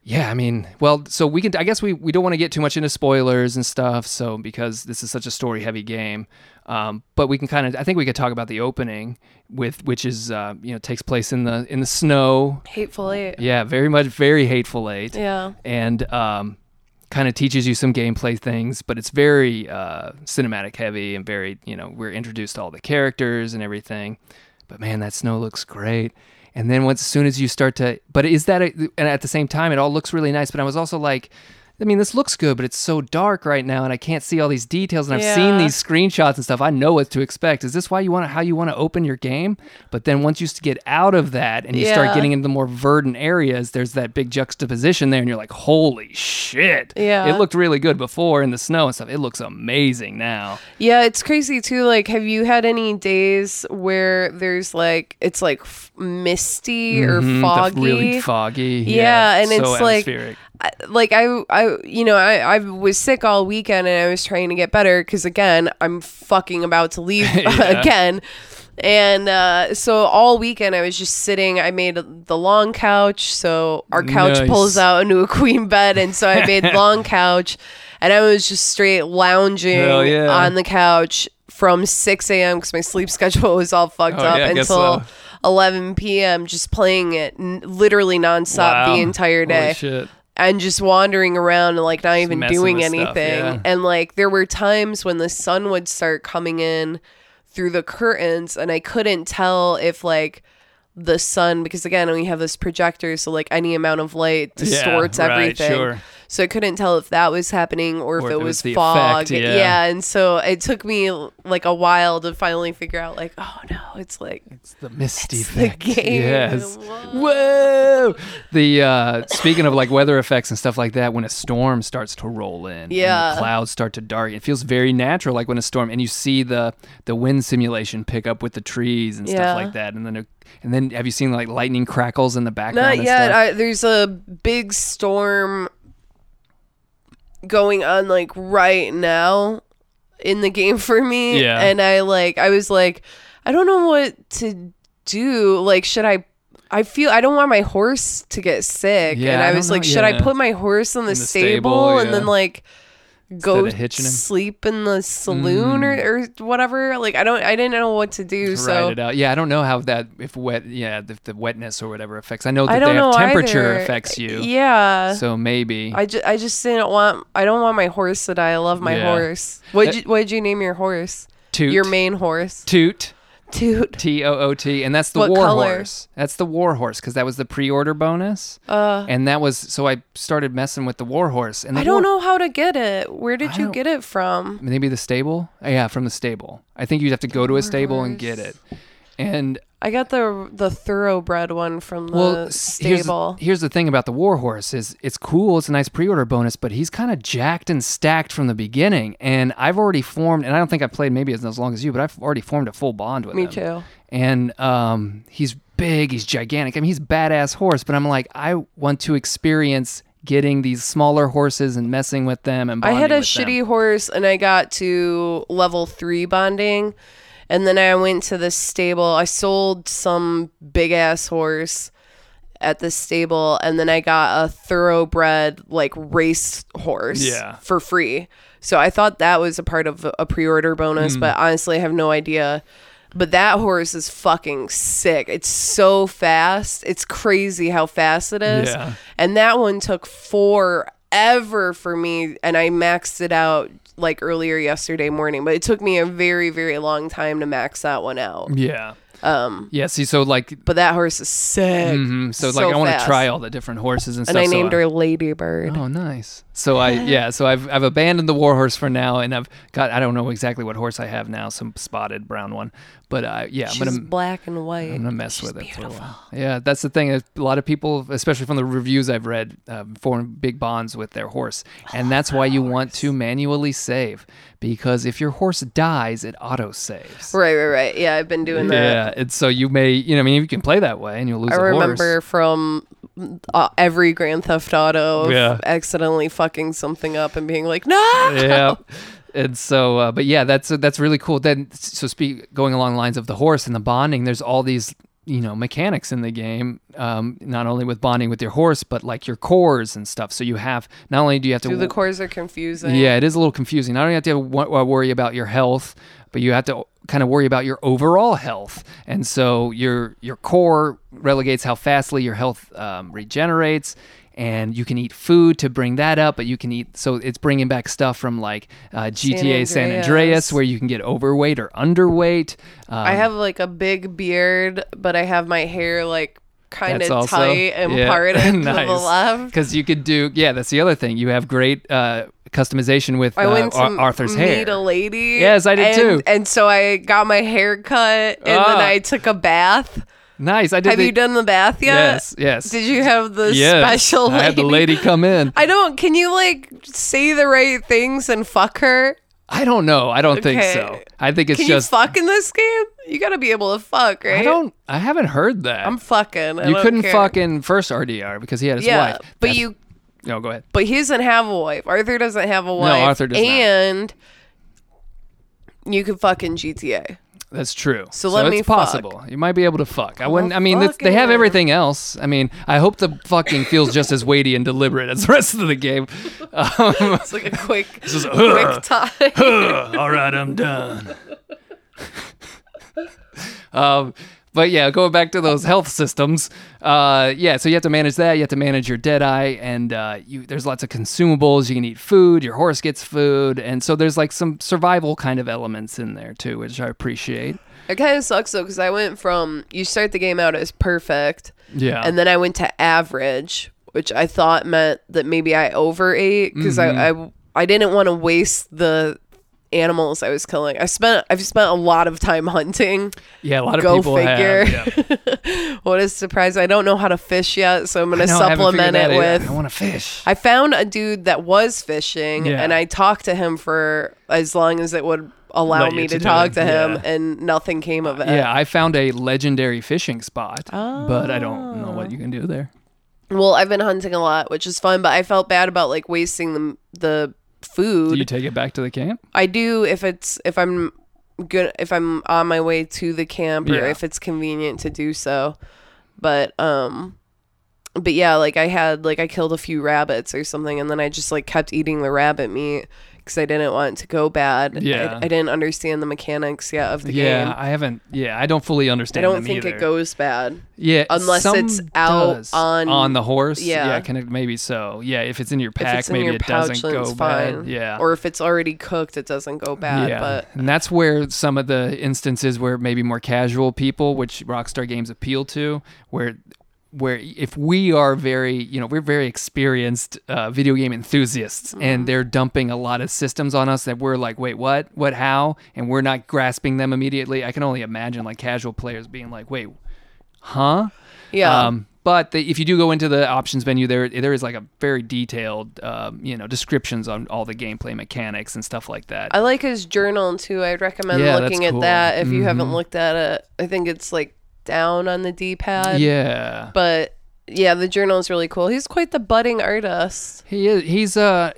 Speaker 3: yeah, I mean, well, so we can. I guess we we don't want to get too much into spoilers and stuff. So because this is such a story heavy game, um, but we can kind of. I think we could talk about the opening with which is uh, you know takes place in the in the snow.
Speaker 2: hateful eight
Speaker 3: Yeah, very much very hateful eight
Speaker 2: yeah
Speaker 3: and um, kind of teaches you some gameplay things, but it's very uh, cinematic heavy and very, you know, we're introduced to all the characters and everything. But man, that snow looks great. And then once as soon as you start to, but is that, a, and at the same time, it all looks really nice. But I was also like, I mean, this looks good, but it's so dark right now, and I can't see all these details. And I've seen
Speaker 2: Yeah.
Speaker 3: these screenshots and stuff. I know what to expect. Is this why you want to, how you want to open your game? But then once you s- get out of that and you start
Speaker 2: Yeah.
Speaker 3: getting into the more verdant areas, there's that big juxtaposition there, and you're like, holy shit!
Speaker 2: Yeah.
Speaker 3: it looked really good before in the snow and stuff. It looks amazing now.
Speaker 2: Yeah, it's crazy too. Like, have you had any days where there's like it's like f- misty
Speaker 3: Mhm,
Speaker 2: or
Speaker 3: the
Speaker 2: foggy?
Speaker 3: really foggy.
Speaker 2: Yeah, and
Speaker 3: so
Speaker 2: it's like-
Speaker 3: atmospheric.
Speaker 2: I- like I, I, you know, I, I was sick all weekend and I was trying to get better because again, I'm fucking about to leave
Speaker 3: Yeah.
Speaker 2: again, and uh, so all weekend I was just sitting. I made the long couch, so our couch
Speaker 3: Nice.
Speaker 2: pulls out into a queen bed, and so I made long couch, and I was just straight lounging
Speaker 3: Hell yeah.
Speaker 2: on the couch from 6 a.m. because my sleep schedule was all fucked
Speaker 3: Oh,
Speaker 2: up
Speaker 3: yeah, I guess
Speaker 2: until.
Speaker 3: so.
Speaker 2: 11 p.m. just playing it n- literally nonstop
Speaker 3: Wow.
Speaker 2: the entire
Speaker 3: Holy
Speaker 2: day
Speaker 3: shit.
Speaker 2: and just wandering around and like not even
Speaker 3: messing
Speaker 2: doing
Speaker 3: with stuff,
Speaker 2: anything.
Speaker 3: yeah.
Speaker 2: And like there were times when the sun would start coming in through the curtains and I couldn't tell if like the sun because again we have this projector so like any amount of light
Speaker 3: Yeah,
Speaker 2: distorts
Speaker 3: right,
Speaker 2: everything.
Speaker 3: sure.
Speaker 2: So I couldn't tell if that was happening or, if it, was,
Speaker 3: the
Speaker 2: fog.
Speaker 3: effect, yeah.
Speaker 2: and so it took me like a while to finally figure out like oh no, it's like
Speaker 3: The misty
Speaker 2: It's the
Speaker 3: effect.
Speaker 2: game.
Speaker 3: Yes.
Speaker 2: Whoa.
Speaker 3: Whoa. The uh, speaking of like weather effects and stuff like that, when a storm starts to roll in, and the
Speaker 2: Yeah.
Speaker 3: clouds start to darken. It feels very natural, like when a storm, and you see the the wind simulation pick up with the trees and
Speaker 2: Yeah.
Speaker 3: stuff like that. And then it- and then have you seen like lightning crackles in the background?
Speaker 2: Not
Speaker 3: and
Speaker 2: yet.
Speaker 3: Stuff?
Speaker 2: I, there's a big storm going on like right now in the game for me.
Speaker 3: Yeah.
Speaker 2: And I like I was like, I don't know what to do. Like, should I I feel I don't want my horse to get sick.
Speaker 3: Yeah,
Speaker 2: and
Speaker 3: I
Speaker 2: I,
Speaker 3: don't
Speaker 2: was
Speaker 3: know.
Speaker 2: like, should I
Speaker 3: Yeah.
Speaker 2: put my horse in the,
Speaker 3: the
Speaker 2: stable,
Speaker 3: stable,
Speaker 2: and then
Speaker 3: yeah.
Speaker 2: like go
Speaker 3: of hitching him. Mm.
Speaker 2: sleep in the saloon or, or whatever? Like I don't I didn't know what to do. so
Speaker 3: Ride it out. Yeah, I don't know how that if wet, yeah, if the wetness or whatever affects. I know that
Speaker 2: I
Speaker 3: they
Speaker 2: don't know
Speaker 3: have temperature
Speaker 2: either.
Speaker 3: affects you.
Speaker 2: Yeah.
Speaker 3: So maybe
Speaker 2: I just, I just didn't want I don't want my horse to die. I love my
Speaker 3: Yeah.
Speaker 2: horse. What would you what would you name your horse?
Speaker 3: toot
Speaker 2: Your main horse.
Speaker 3: toot.
Speaker 2: Toot.
Speaker 3: T O O T, and that's the
Speaker 2: What
Speaker 3: war
Speaker 2: color?
Speaker 3: horse. That's the war horse because that was the pre-order bonus,
Speaker 2: Uh,
Speaker 3: and that was so I started messing with the war horse. And the
Speaker 2: I don't know
Speaker 3: war-
Speaker 2: how to get it. Where did
Speaker 3: I
Speaker 2: you
Speaker 3: don't-
Speaker 2: get it from?
Speaker 3: Maybe the stable? Uh, yeah, from the stable. I think you'd have to go to a stable and get it. And
Speaker 2: I got the the thoroughbred one from the
Speaker 3: well, s- here's the-
Speaker 2: stable.
Speaker 3: Here's, the thing about the war horse is it's cool. It's a nice pre-order bonus, but he's kind of jacked and stacked from the beginning. And I've already formed, and I don't think I've played maybe as, as long as you, but I've already formed a full bond with
Speaker 2: Me
Speaker 3: him.
Speaker 2: too.
Speaker 3: and um, he's big, he's gigantic. I mean, he's a badass horse, but I'm like, I want to experience getting these smaller horses and messing with them. And
Speaker 2: I had
Speaker 3: bonding
Speaker 2: a
Speaker 3: with them.
Speaker 2: shitty horse and I got to level three bonding. And then I went to the stable. I sold some big ass horse at the stable. And then I got a thoroughbred, like, race horse
Speaker 3: Yeah.
Speaker 2: for free. So I thought that was a part of a pre order
Speaker 3: Hmm.
Speaker 2: bonus, but honestly, I have no idea. But that horse is fucking sick. It's so fast. It's crazy how fast it is.
Speaker 3: Yeah.
Speaker 2: And that one took forever for me. And I maxed it out like earlier yesterday morning, but it took me a very, very long time to max that one out.
Speaker 3: Yeah. Um. Yeah. See, so like,
Speaker 2: But that horse is sick.
Speaker 3: mhm, so like, I want to
Speaker 2: fast.
Speaker 3: try all the different horses and,
Speaker 2: And
Speaker 3: stuff.
Speaker 2: I
Speaker 3: so
Speaker 2: named
Speaker 3: I-
Speaker 2: her Ladybird.
Speaker 3: Oh, nice. So I yeah. So I've I've abandoned the war horse for now, and I've got I don't know exactly what horse I have now. Some spotted brown one, but uh, yeah,
Speaker 2: She's
Speaker 3: I'm gonna
Speaker 2: black and white.
Speaker 3: I'm gonna mess with it for a while. Yeah, that's the thing. A lot of people, especially from the reviews I've read, um, form big bonds with their horse, and that's why you want to manually save because if your horse dies, it auto saves.
Speaker 2: Right, right, right. Yeah, I've been doing that.
Speaker 3: Yeah, and so you may, you know, I mean, you can play that way, and you'll lose.
Speaker 2: I
Speaker 3: a
Speaker 2: remember
Speaker 3: horse.
Speaker 2: from uh, every Grand Theft Auto of
Speaker 3: Yeah.
Speaker 2: accidentally fucking something up and being like, no.
Speaker 3: yeah. And so, uh, but yeah, that's that's really cool. Then, so speak going along the lines of the horse and the bonding. There's all these you know mechanics in the game. Um, not only with bonding with your horse, but like your cores and stuff. So you have not only do you have to
Speaker 2: Dude, the cores are confusing.
Speaker 3: yeah, it is a little confusing. Not only have to wo- uh, worry about your health, but you have to kind of worry about your overall health. And so your your core relegates how fastly your health um, regenerates. And you can eat food to bring that up, but you can eat. So it's bringing back stuff from like uh, GTA San Andreas.
Speaker 2: Andreas.
Speaker 3: where you can get overweight or underweight. Um,
Speaker 2: I have like a big beard, but I have my hair like kind
Speaker 3: That's
Speaker 2: of
Speaker 3: also-
Speaker 2: tight and
Speaker 3: yeah.
Speaker 2: parted to the
Speaker 3: Nice.
Speaker 2: left.
Speaker 3: Because you could do, yeah, that's the other thing. You have great uh, customization with
Speaker 2: I
Speaker 3: uh,
Speaker 2: went to
Speaker 3: Ar- Arthur's
Speaker 2: meet
Speaker 3: hair.
Speaker 2: a lady.
Speaker 3: Yes, I did
Speaker 2: and,
Speaker 3: too.
Speaker 2: And so I got my hair cut, and then
Speaker 3: Ah.
Speaker 2: I took a bath.
Speaker 3: Nice. I did.
Speaker 2: Have
Speaker 3: the-
Speaker 2: you done the bath yet?
Speaker 3: Yes. Yes.
Speaker 2: Did you have the
Speaker 3: Yes.
Speaker 2: special?
Speaker 3: I had the lady come in.
Speaker 2: I don't. Can you like say the right things and fuck her?
Speaker 3: I don't know. I don't think
Speaker 2: Okay.
Speaker 3: so. I think it's
Speaker 2: Can
Speaker 3: just.
Speaker 2: you fuck in this game? You gotta be able to fuck, right?
Speaker 3: I don't. I haven't heard that.
Speaker 2: I'm fucking. I
Speaker 3: you
Speaker 2: don't
Speaker 3: couldn't
Speaker 2: care.
Speaker 3: fuck in first RDR because he had his
Speaker 2: Yeah,
Speaker 3: wife.
Speaker 2: but
Speaker 3: That's-
Speaker 2: you.
Speaker 3: No, go ahead.
Speaker 2: But he doesn't have a wife. Arthur doesn't have a wife.
Speaker 3: Arthur does not.
Speaker 2: And you can fuck in GTA.
Speaker 3: That's true.
Speaker 2: So let me
Speaker 3: it's possible. You might be able to fuck. I wouldn't. I mean, that's, they have
Speaker 2: fucking-
Speaker 3: everything else. I mean, I hope the fucking feels just as weighty and deliberate as the rest of the game. Um,
Speaker 2: It's like a quick,
Speaker 3: is- uh,
Speaker 2: quick time.
Speaker 3: all right, I'm done. um, but yeah, going back to those health systems. Uh, yeah, so you have to manage that. You have to manage your dead eye, and uh, you, there's lots of consumables. You can eat food. Your horse gets food, and so there's like some survival kind of elements in there too, which I appreciate.
Speaker 2: it kind of sucks though, because I went from you start the game out as perfect,
Speaker 3: Yeah,
Speaker 2: and then I went to average, which I thought meant that maybe I overate because
Speaker 3: Mm-hmm.
Speaker 2: I, I I didn't want to waste the animals I was killing. I spent I've spent a lot of time hunting.
Speaker 3: yeah, a lot of
Speaker 2: Go
Speaker 3: people
Speaker 2: figure.
Speaker 3: have. Yeah.
Speaker 2: What a surprise! I don't know how to fish yet, so I'm gonna
Speaker 3: No, I haven't figured
Speaker 2: supplement
Speaker 3: that
Speaker 2: it
Speaker 3: either.
Speaker 2: with
Speaker 3: I want to fish.
Speaker 2: I found a dude that was fishing,
Speaker 3: Yeah.
Speaker 2: and I talked to him for as long as it would allow
Speaker 3: Let you
Speaker 2: me
Speaker 3: to
Speaker 2: to
Speaker 3: do
Speaker 2: talk
Speaker 3: it,
Speaker 2: to him,
Speaker 3: yeah.
Speaker 2: and nothing came of it.
Speaker 3: yeah, I found a legendary fishing spot, but I don't know
Speaker 2: Ah.
Speaker 3: what you can do there.
Speaker 2: Well, I've been hunting a lot, which is fun, but I felt bad about like wasting the the
Speaker 3: Do
Speaker 2: food.
Speaker 3: you take it back to the camp?
Speaker 2: I do if it's if I'm good if I'm on my way to the camp or
Speaker 3: Yeah.
Speaker 2: if it's convenient to do so. But um but yeah, like I had like I killed a few rabbits or something and then I just like kept eating the rabbit meat cuz I didn't want it to go bad. I-
Speaker 3: Yeah.
Speaker 2: I, didn't understand the mechanics yet of the
Speaker 3: Yeah,
Speaker 2: game.
Speaker 3: I haven't. Yeah, I don't fully
Speaker 2: I
Speaker 3: understand.
Speaker 2: don't
Speaker 3: them
Speaker 2: think
Speaker 3: either.
Speaker 2: it goes bad.
Speaker 3: Yeah,
Speaker 2: unless
Speaker 3: some
Speaker 2: it's out
Speaker 3: does.
Speaker 2: on-
Speaker 3: on the horse.
Speaker 2: yeah.
Speaker 3: yeah, can it, maybe so. Yeah, if it's in your pack,
Speaker 2: if it's in
Speaker 3: maybe
Speaker 2: your
Speaker 3: it
Speaker 2: pouch,
Speaker 3: doesn't
Speaker 2: then
Speaker 3: go
Speaker 2: it's
Speaker 3: bad.
Speaker 2: fine.
Speaker 3: Yeah,
Speaker 2: Or if it's already cooked, it doesn't go bad. Uh,
Speaker 3: yeah,
Speaker 2: But
Speaker 3: and that's where some of the instances where maybe more casual people, which Rockstar games appeal to, where where if we are very, you know, we're very experienced uh, video game enthusiasts, and they're dumping a lot of systems on us that we're like, wait, what, what, how, and we're not grasping them immediately. I can only imagine like casual players being like, wait, huh?
Speaker 2: yeah.
Speaker 3: Um, but the, if you do go into the options menu, there there is like a very detailed, um, you know, descriptions on all the gameplay mechanics and stuff like that.
Speaker 2: I like his journal too. I'd recommend
Speaker 3: Yeah, that's
Speaker 2: looking at
Speaker 3: cool. Mm-hmm.
Speaker 2: that if you haven't looked at it. I think it's like down on the D pad.
Speaker 3: yeah,
Speaker 2: But yeah, the journal is really cool. He's quite the budding artist.
Speaker 3: he is. He's uh,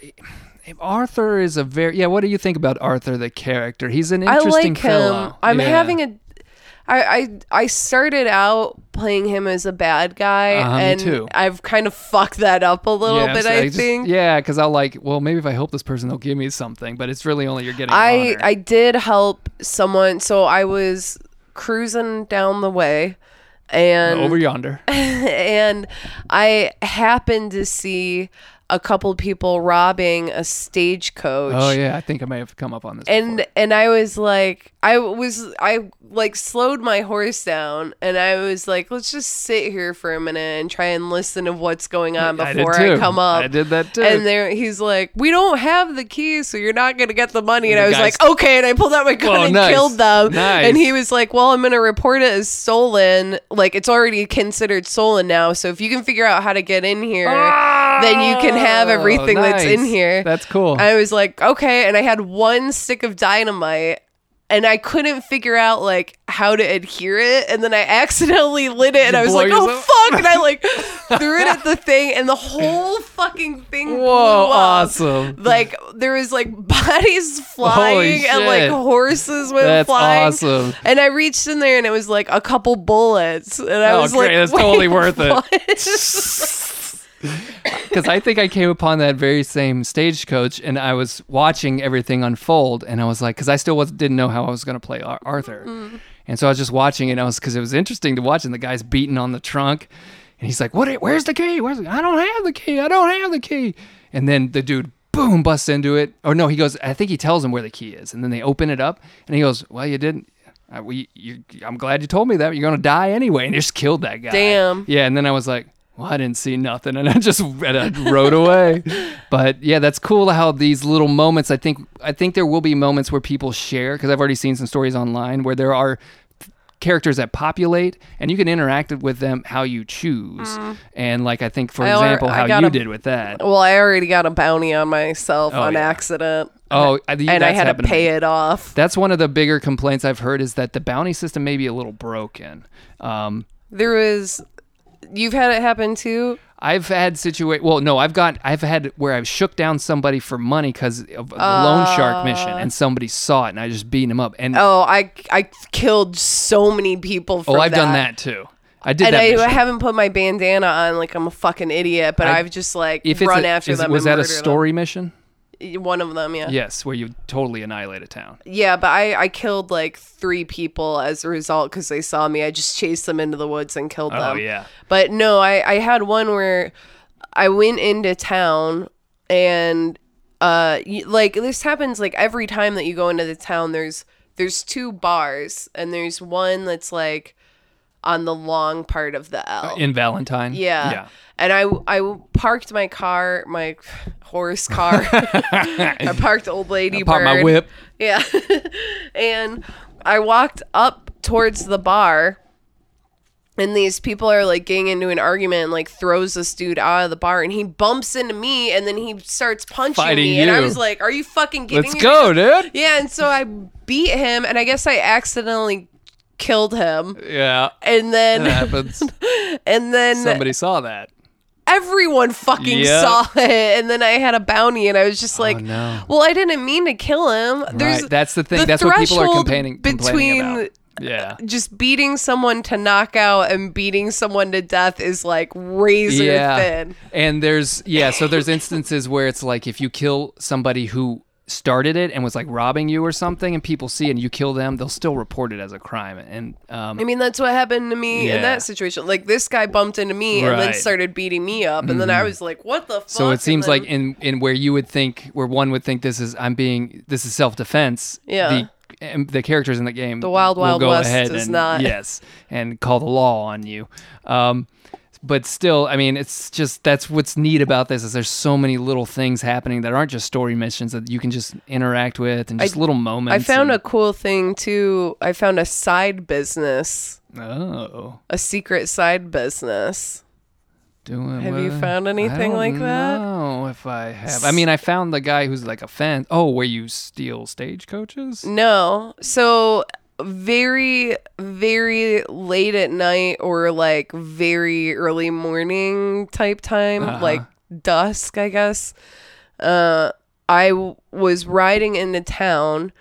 Speaker 3: Arthur is a very yeah. What do you think about Arthur the character? He's an
Speaker 2: I
Speaker 3: interesting
Speaker 2: like him.
Speaker 3: fellow.
Speaker 2: I'm
Speaker 3: Yeah.
Speaker 2: having a I, I I started out playing him as a bad guy
Speaker 3: Uh-huh, me
Speaker 2: and
Speaker 3: too.
Speaker 2: I've kind of fucked that up a little
Speaker 3: Yeah,
Speaker 2: bit,
Speaker 3: so
Speaker 2: I,
Speaker 3: just-
Speaker 2: think.
Speaker 3: yeah, because I'll like. Well, maybe if I help this person, they'll give me something. But it's really only you're getting.
Speaker 2: I
Speaker 3: honor.
Speaker 2: I did help someone so I was cruising down the way and
Speaker 3: over yonder.
Speaker 2: and I happened to see a couple people robbing a stagecoach.
Speaker 3: Oh yeah, I think I may have come up on this.
Speaker 2: And and I was like I was I like slowed my horse down and I was like let's just sit here for a minute and try and listen to what's going on
Speaker 3: I did
Speaker 2: before I,
Speaker 3: too.
Speaker 2: come up.
Speaker 3: I did that too.
Speaker 2: And there he's like we don't have the keys so you're not going to get the money and,
Speaker 3: And
Speaker 2: I
Speaker 3: the
Speaker 2: was
Speaker 3: guy's-
Speaker 2: like okay and I pulled out my gun
Speaker 3: Whoa,
Speaker 2: and
Speaker 3: nice.
Speaker 2: killed them.
Speaker 3: Nice.
Speaker 2: And he was like well I'm going to report it as stolen like it's already considered stolen now so if you can figure out how to get in here then you can have
Speaker 3: Oh,
Speaker 2: everything that's in
Speaker 3: nice.
Speaker 2: here.
Speaker 3: That's cool.
Speaker 2: I was like, okay, and I had one stick of dynamite and I couldn't figure out like how to adhere it and then I accidentally lit it and I was
Speaker 3: blow
Speaker 2: like, "Oh
Speaker 3: yourself?
Speaker 2: fuck." And I like threw it at the thing and the whole fucking thing blew
Speaker 3: Whoa,
Speaker 2: up.
Speaker 3: awesome.
Speaker 2: Like there was like bodies flying and like
Speaker 3: shit.
Speaker 2: horses went
Speaker 3: That's
Speaker 2: flying.
Speaker 3: awesome.
Speaker 2: And I reached in there and it was like a couple bullets and I
Speaker 3: Oh,
Speaker 2: was
Speaker 3: great.
Speaker 2: like,
Speaker 3: That's
Speaker 2: "Wait,
Speaker 3: totally worth it."
Speaker 2: what?"
Speaker 3: Because I think I came upon that very same stagecoach, and I was watching everything unfold, and I was like, because I still was, didn't know how I was going to play Ar- Arthur, and so I was just watching it. And I was because it was interesting to watch, and the guy's beating on the trunk, and he's like, "What? i- Where's the key? Where's? The, I don't have the key. I don't have the key." And then the dude boom busts into it, or no, he goes. I think he tells him where the key is, and then they open it up, and he goes, "Well, you didn't." I, we, you, I'm glad you told me that. You're gonna die anyway, and you just killed that guy.
Speaker 2: Damn.
Speaker 3: Yeah, and then I was like, well, I didn't see nothing, and I just and I rode away. But yeah, that's cool how these little moments. I think I think there will be moments where people share because I've already seen some stories online where there are characters that populate, and you can interact with them how you choose. And like I think, for
Speaker 2: Mm. I alre-
Speaker 3: example,
Speaker 2: I
Speaker 3: how
Speaker 2: got
Speaker 3: you
Speaker 2: a-
Speaker 3: did with that.
Speaker 2: Well, I already got a bounty on myself on
Speaker 3: yeah.
Speaker 2: accident.
Speaker 3: Oh, I, think
Speaker 2: and I
Speaker 3: that's
Speaker 2: had to
Speaker 3: happened me.
Speaker 2: pay it off.
Speaker 3: That's one of the bigger complaints I've heard is that the bounty system may be a little broken. Um,
Speaker 2: There was, you've had it happen too.
Speaker 3: I've had situation. Well, no, I've got. I've had where I've shook down somebody for money because of the loan shark mission, and somebody saw it, and I just beat him up. And
Speaker 2: Uh. Oh, I I killed so many people. For
Speaker 3: oh, I've done that too. I did
Speaker 2: and
Speaker 3: that.
Speaker 2: I,
Speaker 3: mission.
Speaker 2: I haven't put my bandana on like I'm a fucking idiot, but I, have just like
Speaker 3: if it's
Speaker 2: run
Speaker 3: a,
Speaker 2: after
Speaker 3: is-
Speaker 2: them.
Speaker 3: was
Speaker 2: and
Speaker 3: that a
Speaker 2: murdered them.
Speaker 3: story mission?
Speaker 2: One of them, yeah. yeah,
Speaker 3: Yes, where you totally annihilate a town.
Speaker 2: But I I killed like three people as a result because they saw me. I just chased them into the woods and killed
Speaker 3: Oh
Speaker 2: them.
Speaker 3: yeah.
Speaker 2: But no, I, I had one where I went into town and uh y like this happens like every time that you go into the town there's there's two bars and there's one that's like on the long part of the L.
Speaker 3: Uh, In Valentine.
Speaker 2: Yeah.
Speaker 3: Yeah.
Speaker 2: And I I parked my car, my horse car. I parked old lady
Speaker 3: Pop my
Speaker 2: bird.
Speaker 3: whip.
Speaker 2: Yeah. and I walked up towards the bar and these people are like getting into an argument and like throws this dude out of the bar and he bumps into me and then he starts punching
Speaker 3: Fighting
Speaker 2: me and I
Speaker 3: you.
Speaker 2: was like, "Are you fucking kidding
Speaker 3: Let's
Speaker 2: me?"
Speaker 3: go, dude.
Speaker 2: Yeah, and so I beat him and I guess I accidentally killed him.
Speaker 3: Yeah.
Speaker 2: And then
Speaker 3: That happens.
Speaker 2: and then
Speaker 3: Somebody saw that.
Speaker 2: everyone fucking
Speaker 3: Yep. Oh,
Speaker 2: saw it and then i had a bounty and i was just like
Speaker 3: no.
Speaker 2: well i didn't mean to kill him there's
Speaker 3: right. That's the thing.
Speaker 2: the
Speaker 3: That's what people are
Speaker 2: threshold
Speaker 3: complaining, complaining
Speaker 2: between-
Speaker 3: about. Yeah.
Speaker 2: just beating someone to knockout and beating someone to death is like razor thin
Speaker 3: And there's yeah, so there's instances where it's like if you kill somebody who started it and was like robbing you or something and people see it and you kill them, they'll still report it as a crime. And um
Speaker 2: i mean that's what happened to me
Speaker 3: Yeah.
Speaker 2: in that situation like this guy bumped into me and then
Speaker 3: Right. Mm-hmm.
Speaker 2: started beating me up and then i was like what the fuck
Speaker 3: so it
Speaker 2: And
Speaker 3: seems
Speaker 2: then-
Speaker 3: like in in where you would think where one would think this is I'm being this is self defense.
Speaker 2: Yeah.
Speaker 3: The, and the characters in the game, the
Speaker 2: Wild Wild West is
Speaker 3: and,
Speaker 2: not.
Speaker 3: Yes, and call the law on you. Um, but still, I mean, it's just that's what's neat about this is there's so many little things happening that aren't just story missions that you can just interact with and just little moments.
Speaker 2: i found a
Speaker 3: and,
Speaker 2: cool thing too i found a side business
Speaker 3: a oh
Speaker 2: a secret side business
Speaker 3: doing.
Speaker 2: Have you
Speaker 3: what-
Speaker 2: found anything
Speaker 3: I don't
Speaker 2: like that?
Speaker 3: know if I have. I mean, I found the guy who's like a fan. Oh, where you steal stagecoaches?
Speaker 2: No. So very very late at night or like very early morning type time,
Speaker 3: Uh-huh.
Speaker 2: like dusk, I guess. Uh I w- was riding into town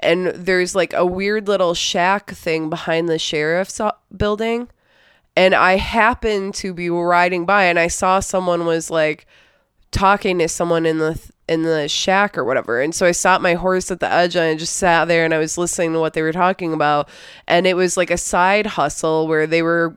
Speaker 2: and there's like a weird little shack thing behind the sheriff's o- building and I happened to be riding by and I saw someone was like talking to someone in the in the shack or whatever. And so I stopped my horse at the edge and I just sat there and I was listening to what they were talking about and it was like a side hustle where they were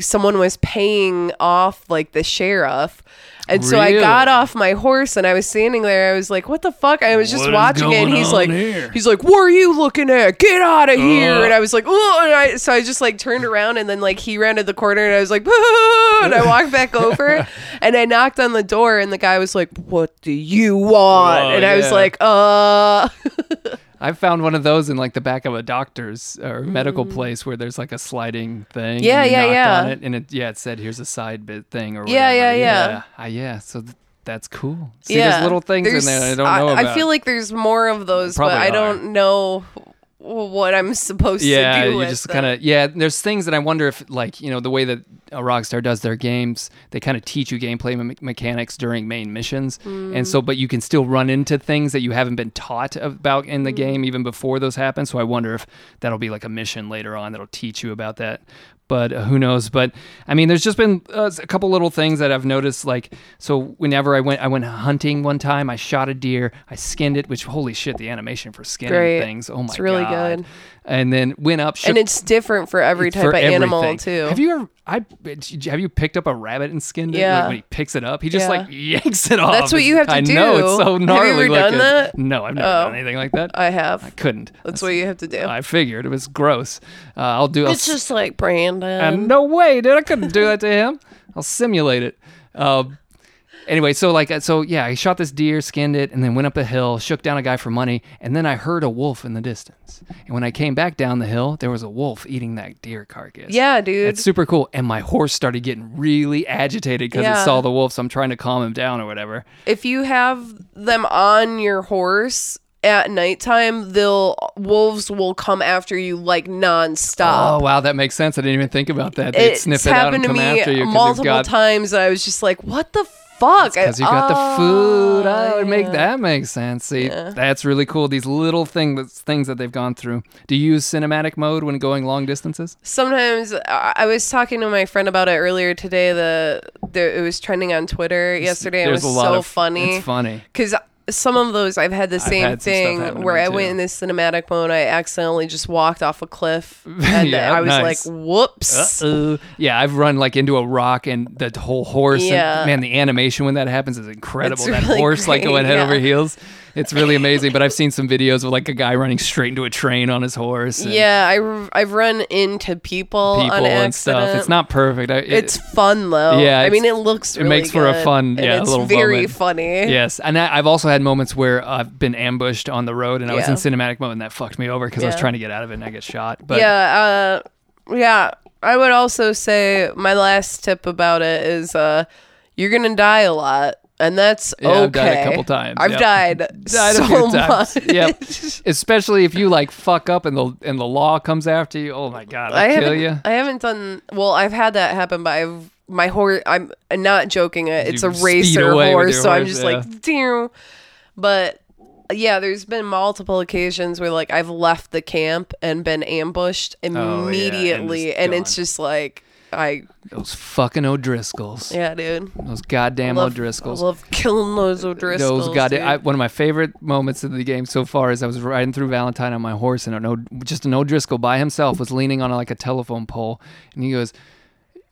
Speaker 2: someone was paying off like the sheriff. And so I got
Speaker 3: Really?
Speaker 2: off my horse and I was standing there. I was like, "What the fuck?" I was just
Speaker 3: What is
Speaker 2: watching it. And
Speaker 3: going
Speaker 2: he's
Speaker 3: on
Speaker 2: like,
Speaker 3: here?
Speaker 2: he's like, "What are you looking at? Get out of
Speaker 3: Uh-huh.
Speaker 2: here!" And I was like, "Oh!" And I, so I just like turned around and then like he rounded the corner and I was like, "Ah!" and I walked back over and I knocked on the door and the guy was like, "What do you want?"
Speaker 3: Whoa,
Speaker 2: and I was
Speaker 3: Oh, yeah.
Speaker 2: like, "Uh."
Speaker 3: I found one of those in like the back of a doctor's or medical place where there's like a sliding thing.
Speaker 2: Mm. Yeah,
Speaker 3: and you
Speaker 2: yeah,
Speaker 3: knocked
Speaker 2: yeah.
Speaker 3: On it and it yeah, it said here's a side bit thing or
Speaker 2: Yeah,
Speaker 3: whatever.
Speaker 2: yeah, yeah.
Speaker 3: yeah. Ah, yeah. So th- that's cool. See,
Speaker 2: yeah.
Speaker 3: there's little things
Speaker 2: There's-
Speaker 3: in there that I don't know
Speaker 2: I,
Speaker 3: about.
Speaker 2: feel like there's more of those, but
Speaker 3: Probably
Speaker 2: I
Speaker 3: are.
Speaker 2: don't know what I'm supposed
Speaker 3: yeah,
Speaker 2: to do.
Speaker 3: you
Speaker 2: with
Speaker 3: just
Speaker 2: them.
Speaker 3: kind of yeah. There's things that I wonder if like you know the way that uh, Rockstar does their games, they kind of teach you gameplay me- mechanics during main missions, and
Speaker 2: Mm.
Speaker 3: so but you can still run into things that you haven't been taught about in
Speaker 2: Mm.
Speaker 3: the game even before those happen. So I wonder if that'll be like a mission later on that'll teach you about that. but uh, who knows? But I mean, there's just been uh, a couple little things that I've noticed. Like, so whenever I went, I went hunting one time. I shot a deer. I skinned it. Which holy shit, the animation for skinning
Speaker 2: Great.
Speaker 3: things. Oh my god,
Speaker 2: It's really good.
Speaker 3: And then went up. Shook
Speaker 2: and it's different for every type
Speaker 3: for
Speaker 2: of animal
Speaker 3: everything.
Speaker 2: too.
Speaker 3: Have you ever? I did you- have you picked up a rabbit and skinned it? Like,
Speaker 2: Yeah.
Speaker 3: when he picks it up, he just
Speaker 2: Yeah.
Speaker 3: like yanks it off.
Speaker 2: That's what you have to
Speaker 3: I know
Speaker 2: do.
Speaker 3: it's so
Speaker 2: Have you
Speaker 3: gnarly.
Speaker 2: ever done
Speaker 3: looking.
Speaker 2: that?
Speaker 3: No, I've never
Speaker 2: Oh.
Speaker 3: done anything like that. I,
Speaker 2: I have.
Speaker 3: couldn't.
Speaker 2: That's what you have to do.
Speaker 3: I figured it was gross. Uh, I'll do. I'll
Speaker 2: it's just like Brandon.
Speaker 3: and no way, dude. I couldn't do that to him. I'll simulate it. Um, anyway, so like, so yeah, I shot this deer, skinned it, and then went up a hill, shook down a guy for money, and then I heard a wolf in the distance. And when I came back down the hill, there was a wolf eating that deer carcass.
Speaker 2: yeah, dude.
Speaker 3: It's super cool. And my horse started getting really agitated because
Speaker 2: Yeah.
Speaker 3: it saw the wolf. So I'm trying to calm him down or whatever.
Speaker 2: if you have them on your horse at nighttime, they'll wolves will come after you like nonstop.
Speaker 3: Oh, wow. That makes sense. I didn't even think about that. They'd
Speaker 2: Uh, it's
Speaker 3: sniff it out
Speaker 2: happened
Speaker 3: and
Speaker 2: to
Speaker 3: come
Speaker 2: me
Speaker 3: after you because
Speaker 2: multiple
Speaker 3: you've got
Speaker 2: times, and I was just like, "What the fuck?" Ah.
Speaker 3: because you got the food. I would make that make sense. See, that's really cool. These little things, things that they've gone through. Do you use cinematic mode when going long distances?
Speaker 2: Sometimes I I was talking to my friend about it earlier today. The, the it was trending on Twitter yesterday. it was so funny.
Speaker 3: It's funny.
Speaker 2: because some of those I've had the same
Speaker 3: had some stuff happen
Speaker 2: thing
Speaker 3: to
Speaker 2: where
Speaker 3: me,
Speaker 2: I went
Speaker 3: too.
Speaker 2: in this cinematic mode. I accidentally just walked off a cliff, and
Speaker 3: Yeah,
Speaker 2: I was
Speaker 3: nice.
Speaker 2: like, "Whoops!"
Speaker 3: Uh, yeah, I've run like into a rock and the whole horse.
Speaker 2: Yeah.
Speaker 3: And, man, the animation when that happens is incredible.
Speaker 2: It's
Speaker 3: that
Speaker 2: really
Speaker 3: horse like
Speaker 2: great,
Speaker 3: going head
Speaker 2: yeah.
Speaker 3: over heels. It's really amazing. but I've seen some videos of like a guy running straight into a train on his horse. and
Speaker 2: Yeah, I have run into people,
Speaker 3: People
Speaker 2: on accident.
Speaker 3: and stuff. It's not perfect. I, it-
Speaker 2: It's fun though.
Speaker 3: Yeah,
Speaker 2: I
Speaker 3: it's-
Speaker 2: mean, it looks.
Speaker 3: it
Speaker 2: really
Speaker 3: makes for a
Speaker 2: good,
Speaker 3: fun-
Speaker 2: and
Speaker 3: yeah,
Speaker 2: it's
Speaker 3: little
Speaker 2: very
Speaker 3: moment.
Speaker 2: funny.
Speaker 3: Yes, and I, I've also had moments where I've been ambushed on the road, and I was
Speaker 2: Yeah.
Speaker 3: in cinematic mode, and that fucked me over because I was
Speaker 2: Yeah.
Speaker 3: trying to get out of it, and I get shot. But
Speaker 2: yeah, uh, yeah. I would also say my last tip about it is uh, you're gonna die a lot, and that's
Speaker 3: Yeah,
Speaker 2: okay.
Speaker 3: I've died a couple times,
Speaker 2: I've
Speaker 3: yeah.
Speaker 2: died,
Speaker 3: died
Speaker 2: so
Speaker 3: a few times.
Speaker 2: much.
Speaker 3: Yep. Especially if you like fuck up and the and the law comes after you. Oh my god,
Speaker 2: I
Speaker 3: I kill
Speaker 2: haven't.
Speaker 3: you.
Speaker 2: I haven't done well. I've had that happen, but I've my horse. I'm not joking. It. It's
Speaker 3: You
Speaker 2: a
Speaker 3: speed
Speaker 2: racer
Speaker 3: away with
Speaker 2: horse,
Speaker 3: your
Speaker 2: so I'm
Speaker 3: horse,
Speaker 2: just
Speaker 3: yeah.
Speaker 2: like, damn. But yeah, there's been multiple occasions where like I've left the camp and been ambushed
Speaker 3: Oh, and
Speaker 2: immediately,
Speaker 3: just
Speaker 2: and,
Speaker 3: gone.
Speaker 2: it's just like I
Speaker 3: Those fucking O'Driscolls.
Speaker 2: yeah, dude.
Speaker 3: Those goddamn
Speaker 2: Love,
Speaker 3: O'Driscolls.
Speaker 2: I love killing those O'Driscolls.
Speaker 3: Those goddamn.
Speaker 2: dude.
Speaker 3: I, one of my favorite moments of the game so far is I was riding through Valentine on my horse, and an O, just an O'Driscoll by himself was leaning on like a telephone pole, and he goes,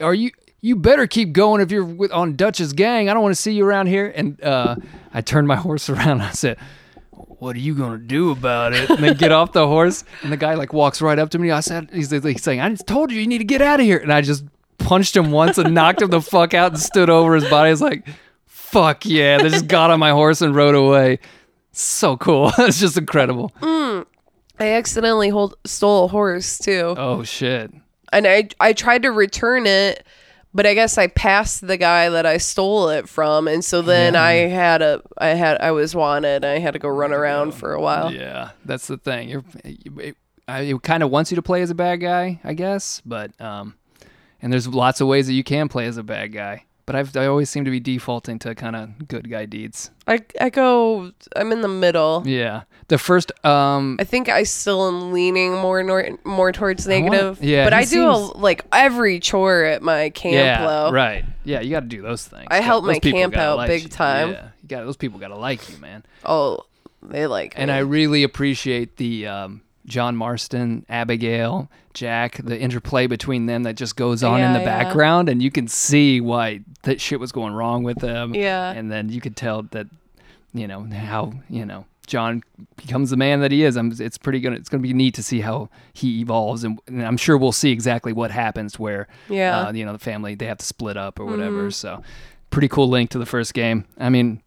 Speaker 3: "Are you?" You better keep going if you're with, on Dutch's gang. I don't want to see you around here. And uh, I turned my horse around. And I said, "What are you gonna do about it?" And then get off the horse. And the guy like walks right up to me. I said, "He's, he's saying I just told you you need to get out of here." And I just punched him once and knocked him the fuck out and stood over his body. It's like, fuck yeah! They just got on my horse and rode away. So cool. it's just incredible.
Speaker 2: I accidentally hold, stole a horse too.
Speaker 3: Oh shit.
Speaker 2: and I I tried to return it, but I guess I passed the guy that I stole it from, and so then I had a I had I was wanted. I had to go run around for a while.
Speaker 3: Yeah, that's the thing. You're, you- it, I, it kind of wants you to play as a bad guy, I guess, but um, and there's lots of ways that you can play as a bad guy. But I've I always seem to be defaulting to kind of good guy deeds.
Speaker 2: I I go I'm in the middle.
Speaker 3: Yeah, the first um,
Speaker 2: I think I still am leaning more nor- more towards negative.
Speaker 3: yeah,
Speaker 2: but
Speaker 3: he
Speaker 2: I do a,
Speaker 3: seems-
Speaker 2: like every chore at my camp.
Speaker 3: yeah,
Speaker 2: though.
Speaker 3: right, yeah, you got to do those things.
Speaker 2: I
Speaker 3: Got-
Speaker 2: help my
Speaker 3: those people
Speaker 2: camp
Speaker 3: gotta
Speaker 2: out
Speaker 3: like
Speaker 2: big
Speaker 3: you.
Speaker 2: time.
Speaker 3: Yeah, you got those people got to like you, man.
Speaker 2: Oh, they like
Speaker 3: And I really appreciate the um, John Marston, Abigail, Jack, the interplay between them that just goes on
Speaker 2: Yeah,
Speaker 3: in the
Speaker 2: yeah.
Speaker 3: background, and you can see why that shit was going wrong with them.
Speaker 2: Yeah.
Speaker 3: and then you could tell that, you know, how you know John becomes the man that he is. I'm, it's pretty good. It's going to be neat to see how he evolves, and, and I'm sure we'll see exactly what happens where.
Speaker 2: Yeah. Mm-hmm.
Speaker 3: uh, you know, the family they have to split up or whatever. So, pretty cool link to the first game. I mean.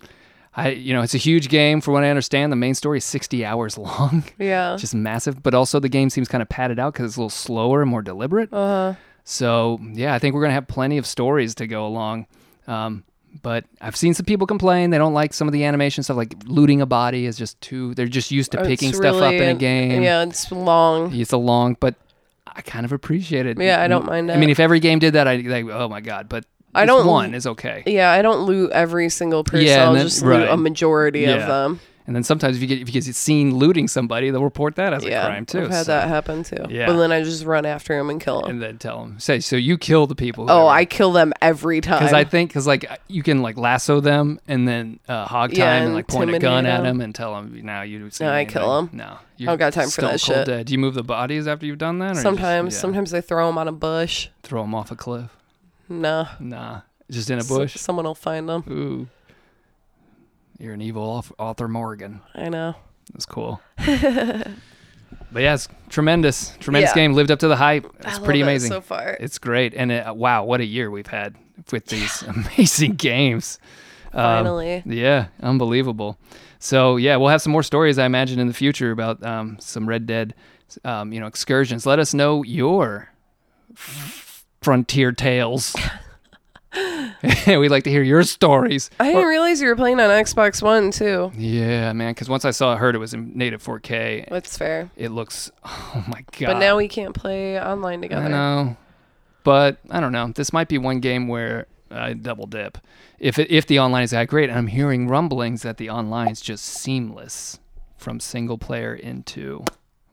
Speaker 3: I you know it's a huge game for what I understand. The main story is 60 hours long,
Speaker 2: yeah.
Speaker 3: just massive. But also the game seems kind of padded out because it's a little slower and more deliberate.
Speaker 2: uh,
Speaker 3: So yeah, I think we're gonna have plenty of stories to go along. Um, but I've seen some people complain they don't like some of the animation stuff, like looting a body is just too. They're just used to picking
Speaker 2: Oh, it's
Speaker 3: stuff up in
Speaker 2: really- uh,
Speaker 3: a game.
Speaker 2: Yeah, it's long.
Speaker 3: It's a long, but I kind of appreciate it.
Speaker 2: Yeah, I don't mind
Speaker 3: I mean,
Speaker 2: that.
Speaker 3: if every game did that, I like, oh my god. But
Speaker 2: I
Speaker 3: this
Speaker 2: don't-
Speaker 3: One is okay.
Speaker 2: Yeah, I don't loot every single person.
Speaker 3: Yeah, and
Speaker 2: I'll
Speaker 3: then-
Speaker 2: just
Speaker 3: right.
Speaker 2: loot a majority
Speaker 3: Yeah.
Speaker 2: of them.
Speaker 3: And then sometimes if you get if you get seen looting somebody, they'll report that as
Speaker 2: yeah,
Speaker 3: a crime too.
Speaker 2: I've had
Speaker 3: so-
Speaker 2: that happen too.
Speaker 3: Yeah.
Speaker 2: But then I just run after him and kill him.
Speaker 3: And then tell them say so you kill the people.
Speaker 2: oh, I kill them every time.
Speaker 3: because I think because like you can like lasso them and then uh, hog time
Speaker 2: Yeah,
Speaker 3: and like point a gun
Speaker 2: intimidate
Speaker 3: at
Speaker 2: 'em.
Speaker 3: them and tell them now you.
Speaker 2: No, I kill 'em.
Speaker 3: No,
Speaker 2: I don't got time for
Speaker 3: stone
Speaker 2: that
Speaker 3: cold
Speaker 2: shit.
Speaker 3: Dead. Do you move the bodies after you've done that? Or you just-
Speaker 2: sometimes,
Speaker 3: yeah,
Speaker 2: sometimes I throw him on a bush.
Speaker 3: throw them off a cliff.
Speaker 2: Nah,
Speaker 3: Nah, just in a
Speaker 2: S-
Speaker 3: bush.
Speaker 2: someone will find him.
Speaker 3: Ooh, you're an evil auth- author, Morgan.
Speaker 2: I know.
Speaker 3: That's cool. but yeah, it's tremendous, tremendous
Speaker 2: Yeah.
Speaker 3: game. Lived up to the hype.
Speaker 2: I
Speaker 3: It's
Speaker 2: love
Speaker 3: pretty
Speaker 2: it
Speaker 3: amazing.
Speaker 2: so far.
Speaker 3: It's great, and uh wow, what a year we've had with these amazing games. Um,
Speaker 2: Finally.
Speaker 3: yeah, unbelievable. So yeah, we'll have some more stories, I imagine, in the future about um, some Red Dead, um, you know, excursions. Let us know your f- frontier tales. We'd like to hear your stories.
Speaker 2: I didn't realize you were playing on Xbox One too.
Speaker 3: Yeah, man. Because once I saw it, heard it was in native 4K.
Speaker 2: That's fair.
Speaker 3: It looks, oh my god.
Speaker 2: But now we can't play online
Speaker 3: I
Speaker 2: together.
Speaker 3: know, but I don't know. This might be one game where I double dip. If it, if the online is that great, and I'm hearing rumblings that the online is just seamless from single player into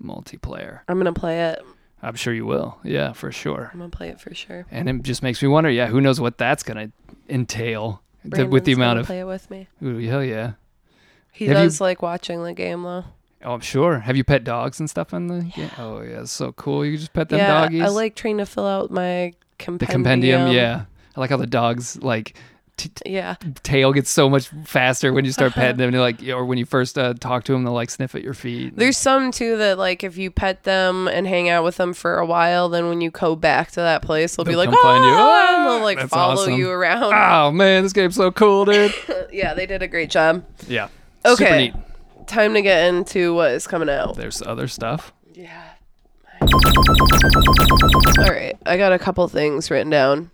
Speaker 3: multiplayer.
Speaker 2: I'm gonna play it.
Speaker 3: I'm sure you will. Yeah, for sure.
Speaker 2: I'm gonna play it for sure.
Speaker 3: And it just makes me wonder. Yeah, who knows what that's gonna entail the, with the
Speaker 2: Brandon's gonna
Speaker 3: amount of
Speaker 2: play it with me.
Speaker 3: ooh, hell yeah.
Speaker 2: He
Speaker 3: Have you-
Speaker 2: does like watching the game though.
Speaker 3: Oh, I'm sure. Have you pet dogs and stuff in the? Yeah. Oh yeah, it's so cool. You just pet them
Speaker 2: yeah,
Speaker 3: doggies.
Speaker 2: I like trying to fill out my
Speaker 3: the
Speaker 2: compendium.
Speaker 3: compendium. Yeah, I like how the dogs like t-
Speaker 2: Yeah.
Speaker 3: tail gets so much faster when you start petting them, and you're like, or when you first uh, talk to them, they'll like sniff at your feet.
Speaker 2: There's some too that like if you pet them and hang out with them for a while, then when you go back to that place, they'll, be
Speaker 3: They'll
Speaker 2: like,
Speaker 3: come find you.
Speaker 2: "Ah," and they'll
Speaker 3: Ah,
Speaker 2: like
Speaker 3: that's
Speaker 2: follow
Speaker 3: awesome.
Speaker 2: you around.
Speaker 3: oh man, this game's so cool, dude.
Speaker 2: yeah, they did a great job.
Speaker 3: yeah. Super
Speaker 2: Okay.
Speaker 3: neat.
Speaker 2: Time to get into what is coming out.
Speaker 3: There's other stuff.
Speaker 2: Yeah. All right, I got a couple things written down.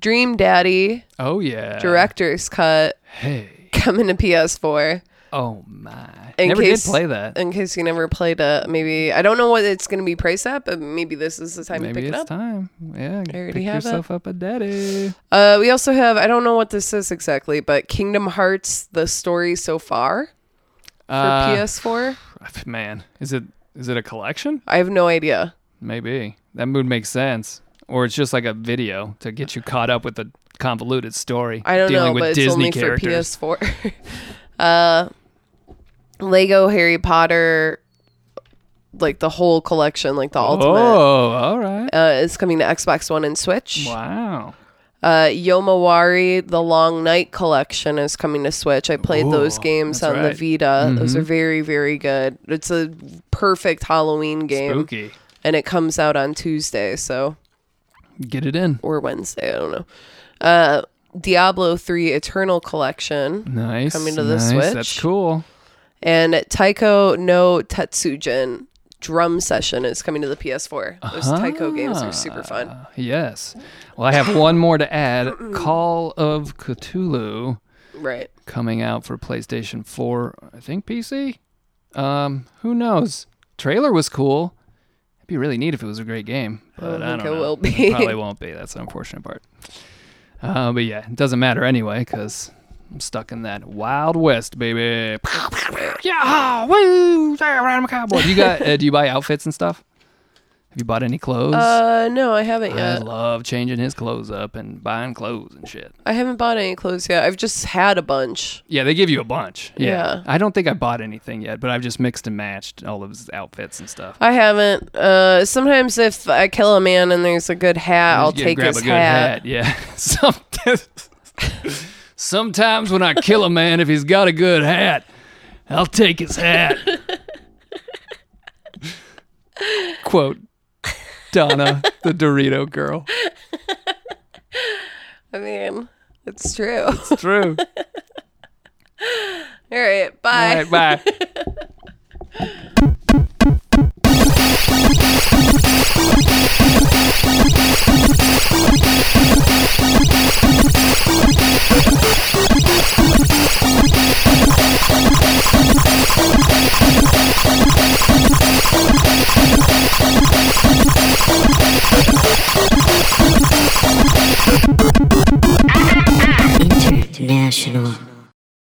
Speaker 2: Dream Daddy
Speaker 3: Oh yeah.
Speaker 2: director's cut
Speaker 3: Hey.
Speaker 2: coming to PS4.
Speaker 3: Oh my.
Speaker 2: In
Speaker 3: Never
Speaker 2: case-
Speaker 3: did play that.
Speaker 2: In case you never played it, maybe I don't know what it's going to be priced at, but maybe this is the time to
Speaker 3: Maybe
Speaker 2: pick it
Speaker 3: it's
Speaker 2: up.
Speaker 3: time. Yeah.
Speaker 2: already
Speaker 3: pick
Speaker 2: have it.
Speaker 3: yourself up a daddy.
Speaker 2: Uh, we also have I don't know what this is exactly, but Kingdom Hearts: The Story So Far for
Speaker 3: Uh,
Speaker 2: PS4.
Speaker 3: Man, is it is it a collection?
Speaker 2: I have no idea.
Speaker 3: Maybe that mood makes sense, or it's just like a video to get you caught up with the convoluted story
Speaker 2: I don't
Speaker 3: dealing
Speaker 2: know,
Speaker 3: with
Speaker 2: but
Speaker 3: Disney
Speaker 2: it's only
Speaker 3: characters.
Speaker 2: for PS4. uh, Lego Harry Potter, like the whole collection, like the ultimate,
Speaker 3: Oh, all right.
Speaker 2: uh, is coming to Xbox One and Switch.
Speaker 3: Wow.
Speaker 2: Uh, Yomawari, the Long Night collection is coming to Switch. I played those
Speaker 3: Ooh,
Speaker 2: games
Speaker 3: that's
Speaker 2: on
Speaker 3: right. Mm-hmm.
Speaker 2: the Vita. Those are very, very good. It's a perfect Halloween game,
Speaker 3: Spooky.
Speaker 2: and it comes out on Tuesday, so
Speaker 3: Get it in.
Speaker 2: or Wednesday, I don't know. Uh, Diablo Three Eternal Collection.
Speaker 3: Nice.
Speaker 2: Coming to the
Speaker 3: nice. That's
Speaker 2: Switch.
Speaker 3: cool.
Speaker 2: And Taiko no Tetsujin drum session is coming to the PS4. Those
Speaker 3: Ah.
Speaker 2: Taiko games are super fun.
Speaker 3: Uh, yes. Well, I have one more to add. Call of Cthulhu
Speaker 2: Right.
Speaker 3: coming out for PlayStation 4, I think PC. Um, who knows? Trailer was cool. It'd be really neat if it was a great game, but
Speaker 2: don't
Speaker 3: I don't,
Speaker 2: think it
Speaker 3: know.
Speaker 2: will be.
Speaker 3: probably won't be. That's the unfortunate part. Uh, but yeah, it doesn't matter anyway because I'm stuck in that Wild West, baby. yeah, woo! yeah, I'm a cowboy. Do you got? Uh, do you buy outfits and stuff? Have you bought any clothes?
Speaker 2: Uh no, I haven't
Speaker 3: I
Speaker 2: yet.
Speaker 3: love changing his clothes up and buying clothes and shit.
Speaker 2: I haven't bought any clothes yet. I've just had a bunch.
Speaker 3: Yeah, they give you a bunch.
Speaker 2: Yeah.
Speaker 3: I don't think I bought anything yet, but I've just mixed and matched all of his outfits and stuff.
Speaker 2: I haven't. Uh sometimes if I kill a man and there's a good hat, I'll
Speaker 3: Just get-
Speaker 2: take
Speaker 3: grab
Speaker 2: his
Speaker 3: a good
Speaker 2: hat.
Speaker 3: hat. Yeah. Sometimes, sometimes when I kill a man, if he's got a good hat, I'll take his hat. Quote Donna, the Dorito girl.
Speaker 2: I mean, it's true.
Speaker 3: It's true.
Speaker 2: All right,
Speaker 3: All
Speaker 2: bye.
Speaker 3: right, bye.
Speaker 1: International.